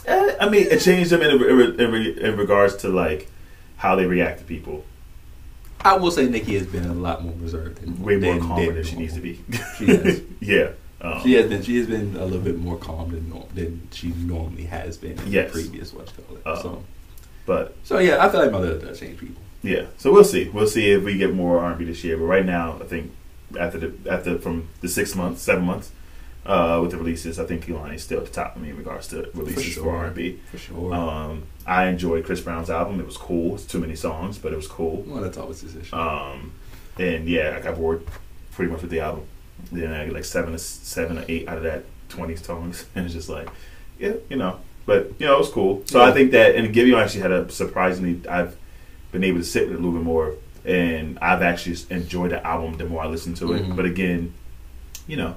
Speaker 3: Eh, I mean, it changed them in, in, in, in regards to like how they react to people.
Speaker 2: I will say Nikki has been a lot more reserved, and
Speaker 3: Way more
Speaker 2: than-
Speaker 3: calm
Speaker 2: than
Speaker 3: than, she
Speaker 2: normal.
Speaker 3: needs to be.
Speaker 2: She has.
Speaker 3: [LAUGHS] yeah. Um,
Speaker 2: She has been. She has been a little bit more calm than norm, than she normally has been in
Speaker 3: Yes.
Speaker 2: the previous what's called it.
Speaker 3: Uh-huh.
Speaker 2: so,
Speaker 3: But
Speaker 2: so yeah, I feel like mother does change people.
Speaker 3: yeah, so we'll see. We'll see if we get more R&B this year. But right now, I think after the after from the six months, seven months uh, with the releases, I think Kehlani is still at the top of me in regards to releases for,
Speaker 2: sure.
Speaker 3: R&B.
Speaker 2: For sure.
Speaker 3: Um, I enjoyed Chris Brown's album. It was cool. It's too many songs, but it was cool.
Speaker 2: well, that's always his issue.
Speaker 3: Um, and yeah, I got bored pretty much with the album. Then I got like seven or seven or eight out of that twenty songs, [LAUGHS] and it's just like, yeah, you know. But you know, it was cool. So I
Speaker 2: Yeah.
Speaker 3: think that and Gideon actually had a surprisingly. I've been able to sit with it a little bit more, and I've actually enjoyed the album the more I listen to it.
Speaker 2: Mhm.
Speaker 3: But again, you know,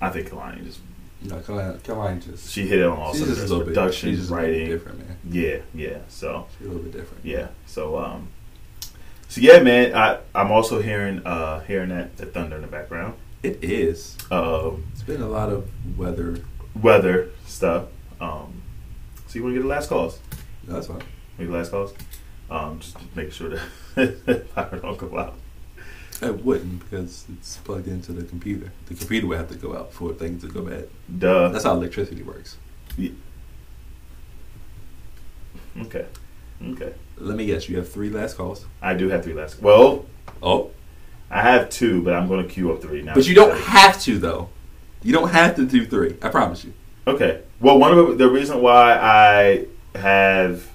Speaker 3: I think Kalani just
Speaker 2: no, Kalani, Kalani just
Speaker 3: she hit it on all
Speaker 2: she's just a
Speaker 3: cylinders:
Speaker 2: little bit.
Speaker 3: production,
Speaker 2: she's just a little bit
Speaker 3: writing.
Speaker 2: different, man.
Speaker 3: Yeah, yeah. So
Speaker 2: She's a little bit different.
Speaker 3: yeah. So um so yeah, man, I I'm also hearing uh hearing that the thunder in the background.
Speaker 2: It is.
Speaker 3: Um
Speaker 2: It's been a lot of weather.
Speaker 3: weather stuff. Um so you wanna get the last calls.
Speaker 2: No, that's fine.
Speaker 3: Make the last calls. Um just make sure that [LAUGHS] power don't go out.
Speaker 2: It wouldn't because it's plugged into the computer. The computer would have to go out for things to go bad.
Speaker 3: Duh.
Speaker 2: That's how electricity works.
Speaker 3: Okay. Okay.
Speaker 2: Let me guess. You have three last calls.
Speaker 3: I do have three last well,
Speaker 2: Oh,
Speaker 3: I have two, but I'm gonna queue up three now.
Speaker 2: but you don't have to though. You don't have to do three. I promise you.
Speaker 3: Okay. Well, one of the, the reason why I have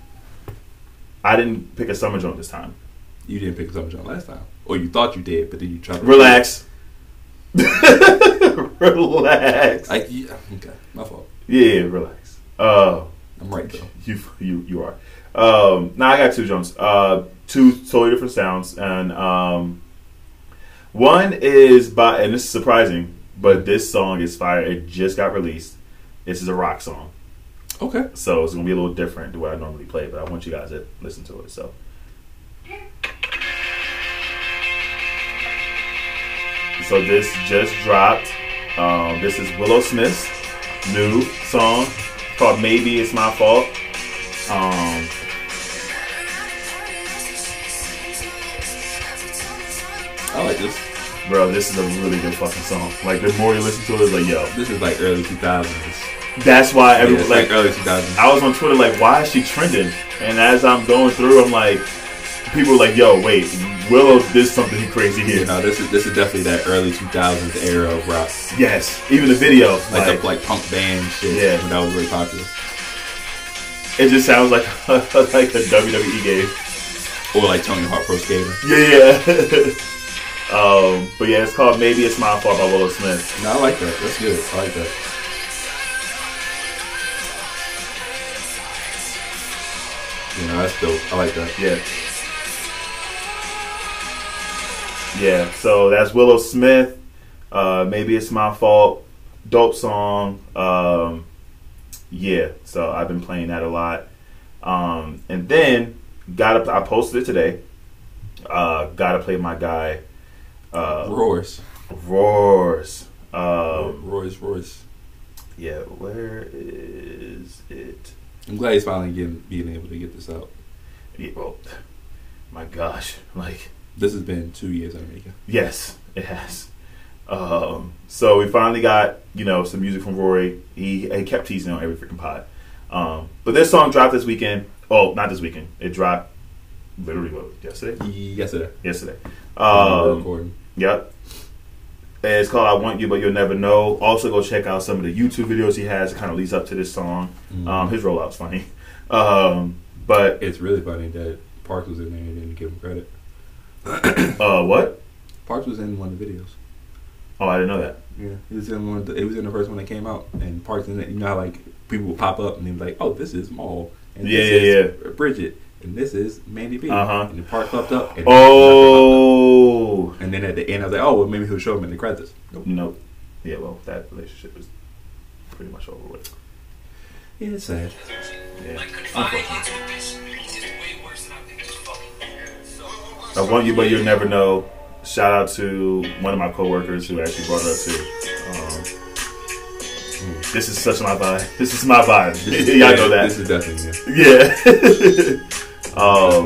Speaker 3: I didn't pick a summer joint this time.
Speaker 2: You didn't pick up something last time, or you thought you did, but then you tried. To
Speaker 3: Relax. [LAUGHS] relax.
Speaker 2: Like, yeah, okay, my fault.
Speaker 3: yeah, relax. Uh,
Speaker 2: I'm right though.
Speaker 3: you you you are. Um, now I got two Jones. Uh, two totally different sounds, and um, one is by and this is surprising, but this song is fire. It just got released. This is a rock song,
Speaker 2: Okay.
Speaker 3: so it's gonna be a little different to what I normally play. But I want you guys to listen to it. So So this just dropped. Um, this is Willow Smith's new song called "Maybe It's My Fault." Um,
Speaker 2: I like this.
Speaker 3: bro, this is a really good fucking song. Like the more you listen to it, it's like yo,
Speaker 2: This is like early 2000s.
Speaker 3: that's why
Speaker 2: Yeah,
Speaker 3: everyone
Speaker 2: it's
Speaker 3: like.
Speaker 2: like uh, early 2000s.
Speaker 3: I was on Twitter like, why is she trending? And as I'm going through, I'm like, people are like, yo, wait, Willow did something crazy
Speaker 2: You
Speaker 3: here.
Speaker 2: know, this is this is definitely that early 2000s era of rock.
Speaker 3: Yes, even the video,
Speaker 2: like,
Speaker 3: like,
Speaker 2: the like punk band shit
Speaker 3: Yeah.
Speaker 2: when that was really popular.
Speaker 3: it just sounds like [LAUGHS] like a WWE game.
Speaker 2: Or like Tony Hawk Pro Skater.
Speaker 3: Yeah. [LAUGHS] um, but yeah, it's called Maybe It's My Fault by Willow Smith.
Speaker 2: No, I like that. That's good. I like that. You know, that's dope. I like that.
Speaker 3: Yeah. Yeah, so that's Willow Smith. Uh, Maybe it's my fault. Dope song. Um, yeah, so I've been playing that a lot. Um, and then got to I posted it today. Uh, got to play my guy uh,
Speaker 2: Roars.
Speaker 3: Roars. Um,
Speaker 2: Royce Royce.
Speaker 3: yeah, where is it?
Speaker 2: I'm glad he's finally getting being able to get this out.
Speaker 3: Yeah, well, my gosh, [LAUGHS] like
Speaker 2: This has been two years in America.
Speaker 3: Yes, it has. Um, so we finally got you know some music from Rory. He, he kept teasing on every freaking pod. Um, but this song dropped this weekend. Oh, not this weekend. It dropped literally what yesterday.
Speaker 2: Yesterday.
Speaker 3: Yesterday.
Speaker 2: We're
Speaker 3: Um,
Speaker 2: recording.
Speaker 3: Yep. And it's called "I Want You, But You'll Never Know." Also, go check out some of the YouTube videos he has. It kind of leads up to this song.
Speaker 2: Mm-hmm.
Speaker 3: Um, his rollout's funny, [LAUGHS] um, but
Speaker 2: It's really funny that Parks was in there and didn't give him credit.
Speaker 3: uh, what?
Speaker 2: Parks was in one of the videos.
Speaker 3: Oh, I didn't know
Speaker 2: [LAUGHS]
Speaker 3: that.
Speaker 2: Yeah, it was in one. Of the, it was in the first one that came out, and Parks in it. You know, how, like people would pop up and they be like, "Oh, this is Maul." And
Speaker 3: Yeah,
Speaker 2: this is Bridget, and this is Mandy B.
Speaker 3: Uh-huh.
Speaker 2: And the Park popped up. And
Speaker 3: Oh,
Speaker 2: And then at the end, I was like, "Oh, well, maybe he'll show him in the credits."
Speaker 3: Nope. Yeah, well, that relationship is pretty much over with.
Speaker 2: Yeah, it's sad.
Speaker 3: Yeah.
Speaker 6: Like, could finally do this. It's way worse than I think it's fucking. So,
Speaker 3: I want you, but you'll never know. Shout out to one of my coworkers who actually brought it up too. Um, this is such my vibe. [LAUGHS] This is my vibe. Y'all know that.
Speaker 2: Hmm. This is definitely.
Speaker 3: yeah. [LAUGHS] um,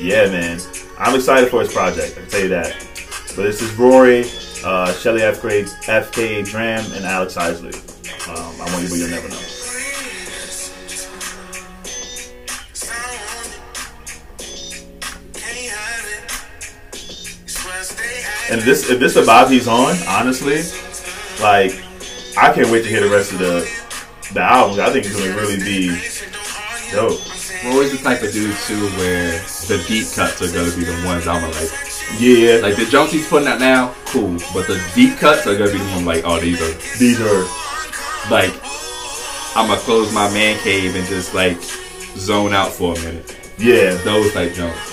Speaker 3: yeah, man. I'm excited for his project. I can tell you that. So this is Rory, uh, Shelly F. Craig, F.K. Dram, and Alex Isley. Um, I want you, but you'll never know. And if this if this the vibe he's on, honestly, like I can't wait to hear the rest of the the album. I think it's gonna really be dope.
Speaker 2: We're always the type of dudes too, where the deep cuts are gonna be the ones I'm like,
Speaker 3: Yeah, like
Speaker 2: like the jumps he's putting out now, cool, but the deep cuts are gonna be the one like, "Oh, these are
Speaker 3: these are
Speaker 2: like I'm gonna close my man cave and just like zone out for a minute.
Speaker 3: yeah,
Speaker 2: Those like jumps.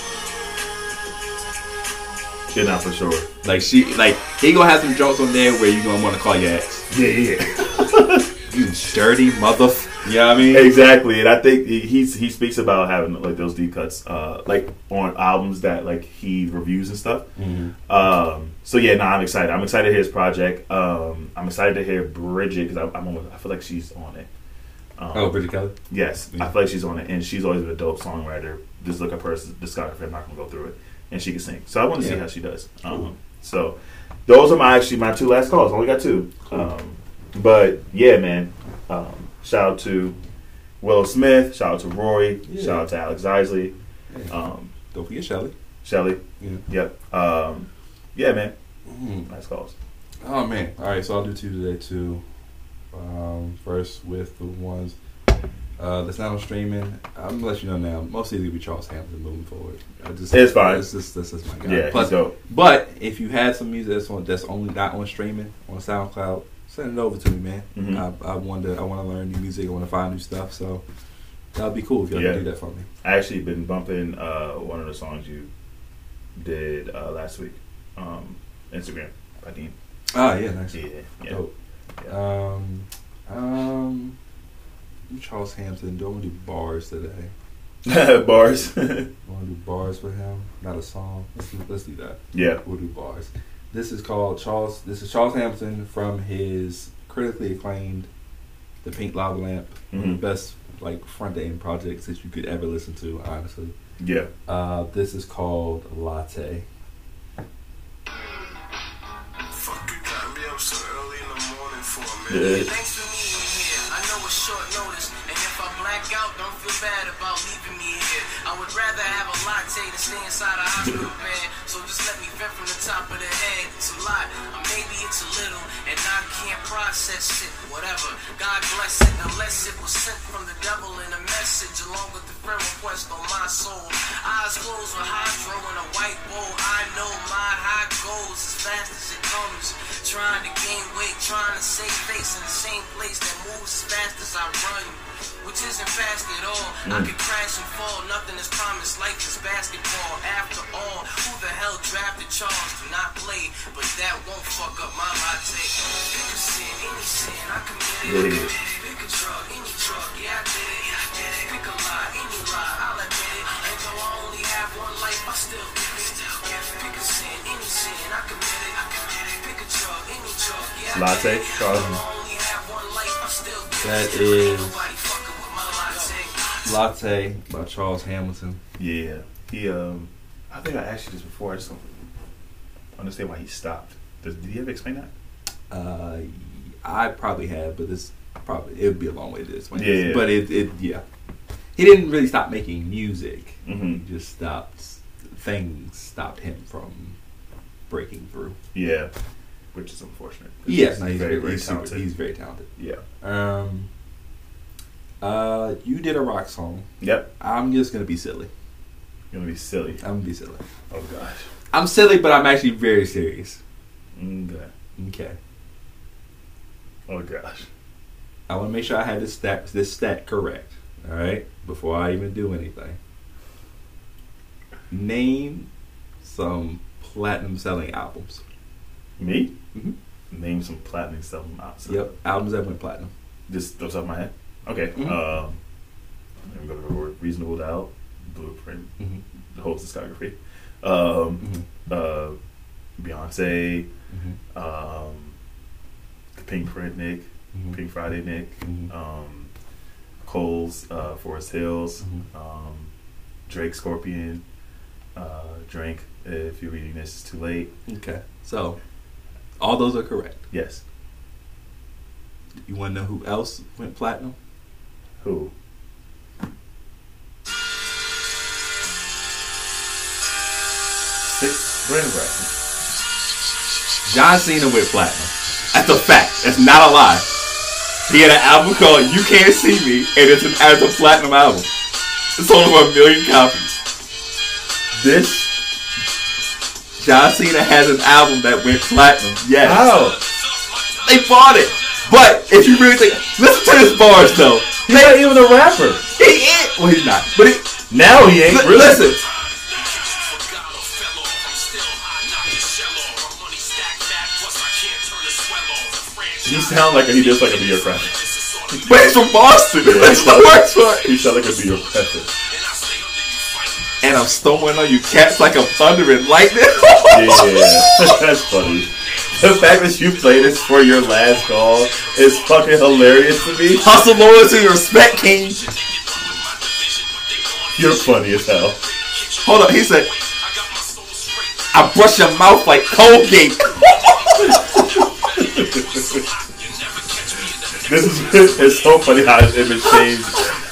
Speaker 3: they're not for sure.
Speaker 2: Like she like he gonna have some jumps on there where you gonna wanna call your ex.
Speaker 3: Yeah, yeah,
Speaker 2: You dirty mother You know what I mean?
Speaker 3: exactly. And I think he he's, he speaks about having like those deep cuts, uh, like on albums that like he reviews and stuff. Um, so yeah, no, I'm excited. I'm excited to hear his project. Um, I'm excited to hear Bridget because I'm, I'm almost- I feel like she's on it. Um,
Speaker 2: Oh, Bridget Kelly.
Speaker 3: Yes,
Speaker 2: Yeah.
Speaker 3: I feel like she's on it, and she's always been a dope songwriter. Just look up her discography. I'm not gonna go through it, and she can sing. So I want to see
Speaker 2: Yeah.
Speaker 3: how she does. Um, so those are my actually my two last calls. I only got two. Um, but yeah, man. Um, shout out to Willow Smith. Shout out to Rory.
Speaker 2: Yeah.
Speaker 3: Shout out to Alex Isley.
Speaker 2: Yeah.
Speaker 3: Um,
Speaker 2: Don't forget Shelly.
Speaker 3: Shelly.
Speaker 2: Yeah.
Speaker 3: Yep. Um, yeah, man.
Speaker 2: Mm.
Speaker 3: Nice calls.
Speaker 2: Oh man. Alright, so I'll do two today too. Um, first with the ones uh, that's not on streaming. I'm gonna let you know now. Mostly it'll be Charles Hampton moving forward. I just,
Speaker 3: It's fine.
Speaker 2: This is this is my guy.
Speaker 3: Yeah,
Speaker 2: Plus,
Speaker 3: he's dope.
Speaker 2: But if you have some music that's on that's only not on streaming on SoundCloud, send it over to me, man.
Speaker 3: Mhm.
Speaker 2: I, I want to I want to learn new music. I want to find new stuff. So that'd be cool if y'all
Speaker 3: Yeah.
Speaker 2: can do that for me.
Speaker 3: I actually been bumping uh, one of the songs you did uh, last week. Um, Instagram by Dean.
Speaker 2: Ah, yeah, nice.
Speaker 3: Yeah, yeah.
Speaker 2: Dope. Um, um, Charles Hampton. Do I want to do bars today?
Speaker 3: [LAUGHS] Bars.
Speaker 2: I want to do bars for him, not a song. Let's do, let's do that.
Speaker 3: yeah.
Speaker 2: We'll do bars. This is called Charles. This is Charles Hampton from his critically acclaimed "The Pink Lava Lamp," one of
Speaker 3: Mhm.
Speaker 2: the best like front end projects that you could ever listen to. Honestly,
Speaker 3: Yeah.
Speaker 2: uh, this is called Latte.
Speaker 7: Fucking got me up so early in the morning for a
Speaker 3: Yeah.
Speaker 7: minute.
Speaker 8: Thanks for meeting me here. I know it's short notice, and if I black out, don't feel bad about leaving me here. I would rather have a latte than stay inside a hospital bed. So just let me vent from the top of the head. It's a lot, or maybe it's a little, and I can't process it. Whatever, God bless it, unless it was sent from the devil in a message, along with the friend request on my soul. Eyes closed with hydro in a white bowl. I know my high goals as fast as it comes. Trying to gain weight, trying to save face in the same place that moves as fast as I run. which isn't fast at all. I could crash and fall, nothing is promised. Life is basketball. After all, who the hell drafted Charles to not play? But that won't fuck up my latte. Pick a sin, any sin, I committed.
Speaker 3: Yeah.
Speaker 8: Pick a drug, any drug, yeah I did it. I did it. Pick a lie, any lie, I'll admit it. And though I only have one life, I still give it. Pick a sin, any sin, I committed. I committed. Pick a drug, any drug, yeah I did
Speaker 3: Latte,
Speaker 8: it.
Speaker 3: Charles.
Speaker 8: Though I only have one life, I still give
Speaker 2: That
Speaker 8: it. Ain't
Speaker 2: is-
Speaker 8: nobody fucking with my latte.
Speaker 2: Latte by Charles Hamilton.
Speaker 3: Yeah. He, um, I think I asked you this before. I just don't understand why he stopped. Does, did he ever explain that?
Speaker 2: Uh, I probably have, but this probably it would be a long way to explain.
Speaker 3: Yeah,
Speaker 2: this.
Speaker 3: yeah.
Speaker 2: but it, it yeah. He didn't really stop making music. He
Speaker 3: Mm-hmm.
Speaker 2: just stopped. Things stopped him from breaking through.
Speaker 3: Yeah. Which is unfortunate.
Speaker 2: Yes, no, he's very,
Speaker 3: very
Speaker 2: he's, super,
Speaker 3: talented.
Speaker 2: he's very talented.
Speaker 3: Yeah.
Speaker 2: Um, uh, you did a rock song.
Speaker 3: Yep.
Speaker 2: I'm just gonna be silly.
Speaker 3: You're gonna be silly.
Speaker 2: I'm gonna be silly.
Speaker 3: Oh gosh.
Speaker 2: I'm silly, but I'm actually very serious.
Speaker 3: Okay.
Speaker 2: Okay.
Speaker 3: Mm, Oh gosh.
Speaker 2: I want to make sure I had this stat this stat correct. All right, before I even do anything. Name some platinum selling albums.
Speaker 3: Me?
Speaker 2: Mhm.
Speaker 3: Name some platinum selling options.
Speaker 2: Yep, albums that went platinum.
Speaker 3: Just off the top of my head. Okay.
Speaker 2: Mhm.
Speaker 3: Um, I'm gonna go with Reasonable Doubt, Blueprint,
Speaker 2: Mhm.
Speaker 3: the whole discography. Um,
Speaker 2: Mhm.
Speaker 3: uh, Beyonce,
Speaker 2: Mhm.
Speaker 3: um, the Pink Print Nick,
Speaker 2: Mhm.
Speaker 3: Pink Friday Nick,
Speaker 2: Mhm.
Speaker 3: um, Cole's uh, Forest Hills,
Speaker 2: Mhm.
Speaker 3: um, Drake Scorpion, uh, Drink. If you're reading this, it's too late.
Speaker 2: Okay, so all those are correct.
Speaker 3: Yes.
Speaker 2: You want to know who else went platinum?
Speaker 3: Who? Six Brandon Braxton.
Speaker 2: John Cena went platinum. That's a fact. That's not a lie. He had an album called "You Can't See Me," and it's an as a platinum album. It sold over a million copies. This John Cena has an album that went platinum. Yes.
Speaker 3: Wow.
Speaker 2: They bought it. But if you really think, listen to his bars though. He's not even a rapper. He is. Well, he's not. But he,
Speaker 3: Now he ain't
Speaker 2: li-
Speaker 3: really.
Speaker 2: listen.
Speaker 3: He sound like he just like a
Speaker 2: [LAUGHS]
Speaker 3: bureaucrat.
Speaker 2: But he's from Boston. That's the worst part.
Speaker 3: He sound like a bureaucrat.
Speaker 2: And I'm storming on you cats like I'm thunder and lightning.
Speaker 3: Yeah, [LAUGHS] that's funny. The fact that you played this for your last call is fucking hilarious to me.
Speaker 2: [LAUGHS] Hustle, loyalty, and respect, King.
Speaker 3: You're funny as hell.
Speaker 2: Hold up, he said, I brush your mouth like Colgate.
Speaker 3: This is [LAUGHS] it's so funny how his image changed.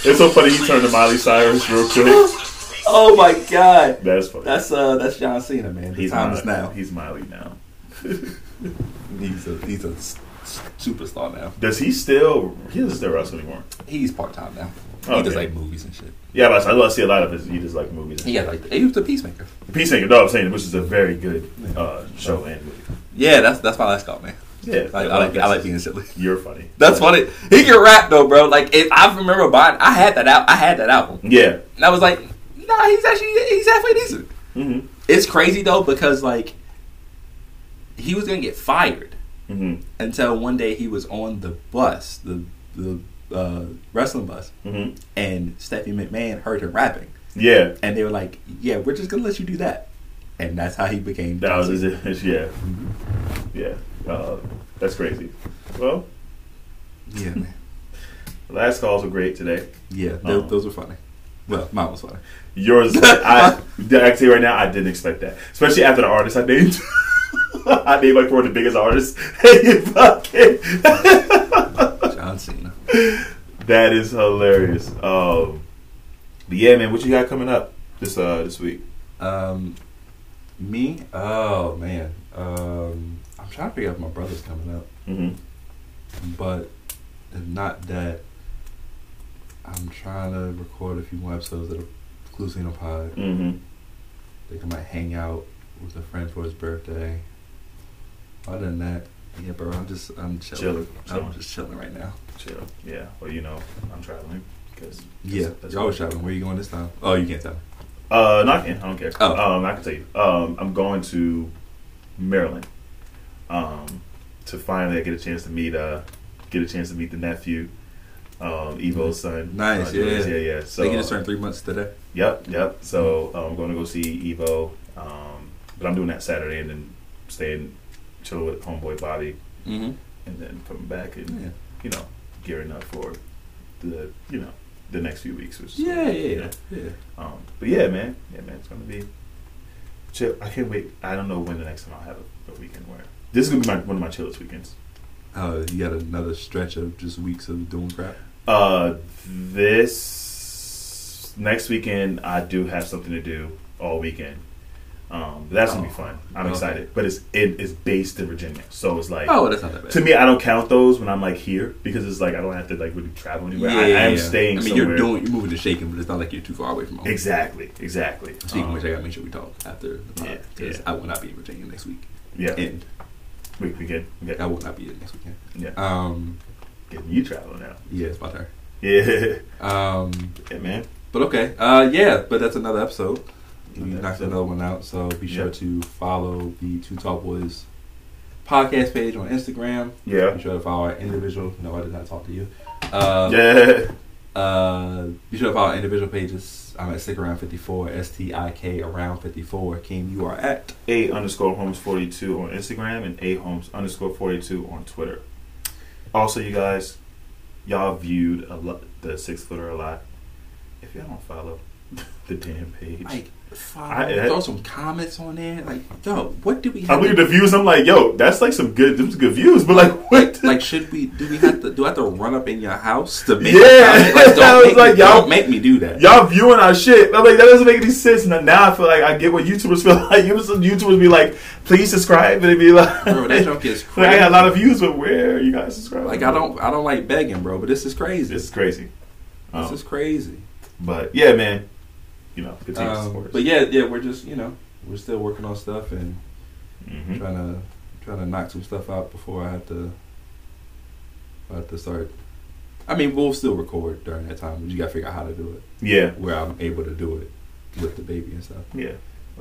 Speaker 3: It's so funny he turned to Miley Cyrus real quick.
Speaker 2: [LAUGHS] oh my god.
Speaker 3: That's funny.
Speaker 2: That's uh that's John Cena, man. The time is
Speaker 3: Miley-
Speaker 2: now.
Speaker 3: He's Miley now.
Speaker 2: He's a he's a s- s- superstar now.
Speaker 3: Does he still? He doesn't still wrestle anymore.
Speaker 2: He's part time now. He
Speaker 3: Okay.
Speaker 2: does like movies and shit.
Speaker 3: Yeah, but I love see a lot of his. He does like movies.
Speaker 2: He got like he was the peacemaker.
Speaker 3: Peacemaker. No, I'm saying which is a very good uh, show and movie.
Speaker 2: Yeah, that's that's my last call, man.
Speaker 3: Yeah,
Speaker 2: I, I like I like being silly.
Speaker 3: You're funny.
Speaker 2: That's funny. He can rap though, bro. Like if I remember buying, I had that out. I had that album,
Speaker 3: Yeah.
Speaker 2: and I was like, Nah, he's actually he's halfway decent.
Speaker 3: Mm-hmm.
Speaker 2: It's crazy though because like he was gonna get fired
Speaker 3: Mm-hmm.
Speaker 2: until one day he was on the bus, the the uh, wrestling bus,
Speaker 3: Mm-hmm.
Speaker 2: and Stephanie McMahon heard him rapping,
Speaker 3: Yeah.
Speaker 2: and they were like, "Yeah, we're just gonna let you do that," and that's how he became.
Speaker 3: That was his. [LAUGHS] Yeah.
Speaker 2: Mm-hmm.
Speaker 3: Yeah. Uh, that's crazy. Well, [LAUGHS]
Speaker 2: yeah, man.
Speaker 3: last calls were great today.
Speaker 2: yeah. th-
Speaker 3: Uh-huh.
Speaker 2: Those were funny. Well, mine was funny.
Speaker 3: Yours, I actually right now I didn't expect that, especially after the artist I named. [LAUGHS] I named like one of the biggest artists. [LAUGHS] Hey, fucking. [LAUGHS]
Speaker 2: John Cena.
Speaker 3: that is hilarious. Um, but yeah, man, what you got coming up this uh this week?
Speaker 2: Um, me? Oh man. Um, I'm trying to figure out if my brother's coming up,
Speaker 3: Mm-hmm.
Speaker 2: but if not that, I'm trying to record a few more episodes of the Clusino Pod.
Speaker 3: Mm-hmm.
Speaker 2: think I might hang out with a friend for his birthday. Other than that, yeah, bro, I'm just I'm chilling.
Speaker 3: Chilling,
Speaker 2: I'm
Speaker 3: chilling.
Speaker 2: just chilling right now.
Speaker 3: Chill. Yeah. Well, you know, I'm traveling. 'cause
Speaker 2: Yeah,
Speaker 3: that's-
Speaker 2: y'all was shopping. Where you going this time? Oh, you can't tell.
Speaker 3: Uh, no, I can. I don't care.
Speaker 2: Oh.
Speaker 3: Um, I can tell you. Um, I'm going to Maryland. Um, to finally get a chance to meet uh, get a chance to meet the nephew, um, Evo's son.
Speaker 2: Mm-hmm. Nice,
Speaker 3: Uh, Julius.
Speaker 2: yeah.
Speaker 3: yeah, yeah. So
Speaker 2: they get Mm-hmm. to turn three months today.
Speaker 3: Yep, yep. So uh, I'm going to go see Evo, um, but I'm doing that Saturday and then staying chilling with homeboy Bobby,
Speaker 2: Mm-hmm.
Speaker 3: and then coming back and
Speaker 2: Yeah.
Speaker 3: you know gearing up for the you know the next few weeks. Which is
Speaker 2: Yeah,
Speaker 3: you
Speaker 2: yeah,
Speaker 3: know.
Speaker 2: yeah.
Speaker 3: Um, but yeah, man, yeah, man, it's gonna be. Chill. I can't wait. I don't know when the next time I'll have a, a weekend where this is gonna be my, one of my chillest weekends.
Speaker 2: Oh, you got another stretch of just weeks of doing crap.
Speaker 3: Uh, this next weekend I do have something to do all weekend. Um, but that's gonna be fun. I'm
Speaker 2: Oh. Okay.
Speaker 3: excited. But it's it is based in Virginia, so it's like
Speaker 2: Oh, that's not that bad.
Speaker 3: to me I don't count those when I'm like here because it's like I don't have to like really travel anywhere. I, I am staying.
Speaker 2: I mean,
Speaker 3: somewhere.
Speaker 2: you're doing, you're moving to shaking, but it's not like you're too far away from home.
Speaker 3: exactly, exactly.
Speaker 2: Speaking of
Speaker 3: Um,
Speaker 2: which, I gotta make sure we talk after. the pod,
Speaker 3: Yeah,
Speaker 2: 'cause
Speaker 3: yeah.
Speaker 2: I will not be in Virginia next week.
Speaker 3: yeah,
Speaker 2: And
Speaker 3: we, we get, we get,
Speaker 2: I will not be in next weekend.
Speaker 3: yeah,
Speaker 2: Um,
Speaker 3: getting you traveling now.
Speaker 2: yeah, it's my turn.
Speaker 3: Yeah, [LAUGHS]
Speaker 2: Um,
Speaker 3: yeah, man.
Speaker 2: but okay, uh, yeah, but that's another episode. We
Speaker 3: Another
Speaker 2: knocked
Speaker 3: episode.
Speaker 2: another one out, so be sure
Speaker 3: Yeah.
Speaker 2: to follow the Two Tall Boys podcast page on Instagram. Be
Speaker 3: Yeah,
Speaker 2: sure to follow our individual. No, I did not talk to you. Uh,
Speaker 3: yeah. [LAUGHS]
Speaker 2: Uh, be sure to follow our individual pages. I'm at Stick Around 54, S T I K Around 54. Keem, you are at.
Speaker 3: A underscore Holmes forty two on Instagram and A Holmes underscore forty two on Twitter. Also, you guys, y'all viewed a lot the six footer a lot. If y'all don't follow the damn page, I,
Speaker 2: Like, follow,
Speaker 3: I-
Speaker 2: throw some comments on there. Like, yo, what do we have?
Speaker 3: look at
Speaker 2: to,
Speaker 3: the views. I'm like, yo, that's like some good, them some good views. But like, [LAUGHS] what?
Speaker 2: [LAUGHS] like, should we? Do we have to? Do I have to run up in your house to make?
Speaker 3: Yeah.
Speaker 2: a comment? like,
Speaker 3: [LAUGHS] I
Speaker 2: don't,
Speaker 3: was
Speaker 2: make
Speaker 3: like,
Speaker 2: me,
Speaker 3: y'all-
Speaker 2: don't make me do that.
Speaker 3: y'all viewing our shit. I'm like, that doesn't make any sense. Now, now I feel like I get what YouTubers [LAUGHS] feel like. You- some YouTubers be like, please subscribe, and it'd be like,
Speaker 2: Bro, that junk is
Speaker 3: [LAUGHS] like, I got a lot of
Speaker 2: crazy.
Speaker 3: views, but where are you guys subscribing?
Speaker 2: Like, I don't, I don't like begging, bro. But this is crazy. This,
Speaker 3: This is crazy. Um,
Speaker 2: is crazy.
Speaker 3: But yeah, man. You know, continue to
Speaker 2: Um,
Speaker 3: support us.
Speaker 2: but yeah, yeah, we're just, you know, we're still working on stuff and
Speaker 3: Mhm.
Speaker 2: trying to trying to knock some stuff out before I have to I have to start. I mean, we'll still record during that time, but you got to figure out how to do it
Speaker 3: yeah,
Speaker 2: where I'm able to do it with the baby and stuff.
Speaker 3: yeah.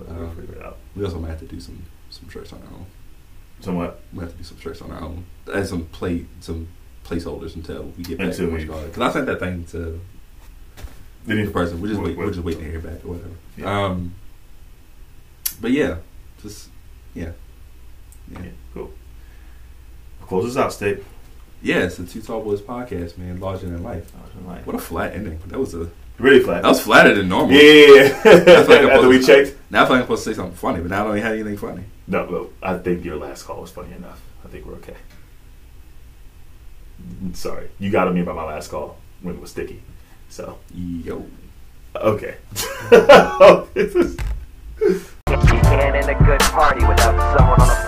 Speaker 2: Um,
Speaker 3: figure it out.
Speaker 2: We also might have to do some some shirts on our own.
Speaker 3: Somewhat.
Speaker 2: We have to do some shirts on our own and some play some placeholders until we get back.
Speaker 3: Until we-
Speaker 2: Because I sent that thing to
Speaker 3: They
Speaker 2: the
Speaker 3: need-
Speaker 2: person. We're just
Speaker 3: Wait,
Speaker 2: wait, we're
Speaker 3: wait.
Speaker 2: just waiting to hear back or whatever.
Speaker 3: Yeah.
Speaker 2: Um, but yeah, just yeah, yeah.
Speaker 3: yeah, cool. Close this out, Stick.
Speaker 2: Yeah, it's the Two Tall Boys podcast, man. Larger than life. What a flat ending. That was a
Speaker 3: Really flat.
Speaker 2: that was flatter than normal.
Speaker 3: yeah, yeah, yeah.
Speaker 2: That's like a
Speaker 3: [LAUGHS] After we
Speaker 2: post-
Speaker 3: checked.
Speaker 2: Now I feel like I'm supposed to say something funny, but now I don't even have anything funny.
Speaker 3: No, no, I think your last call was funny enough. I think we're okay. Sorry. You got to me by my last call when it was sticky. So,
Speaker 2: Yo.
Speaker 3: okay. [LAUGHS]
Speaker 1: You can't end a good party without someone on the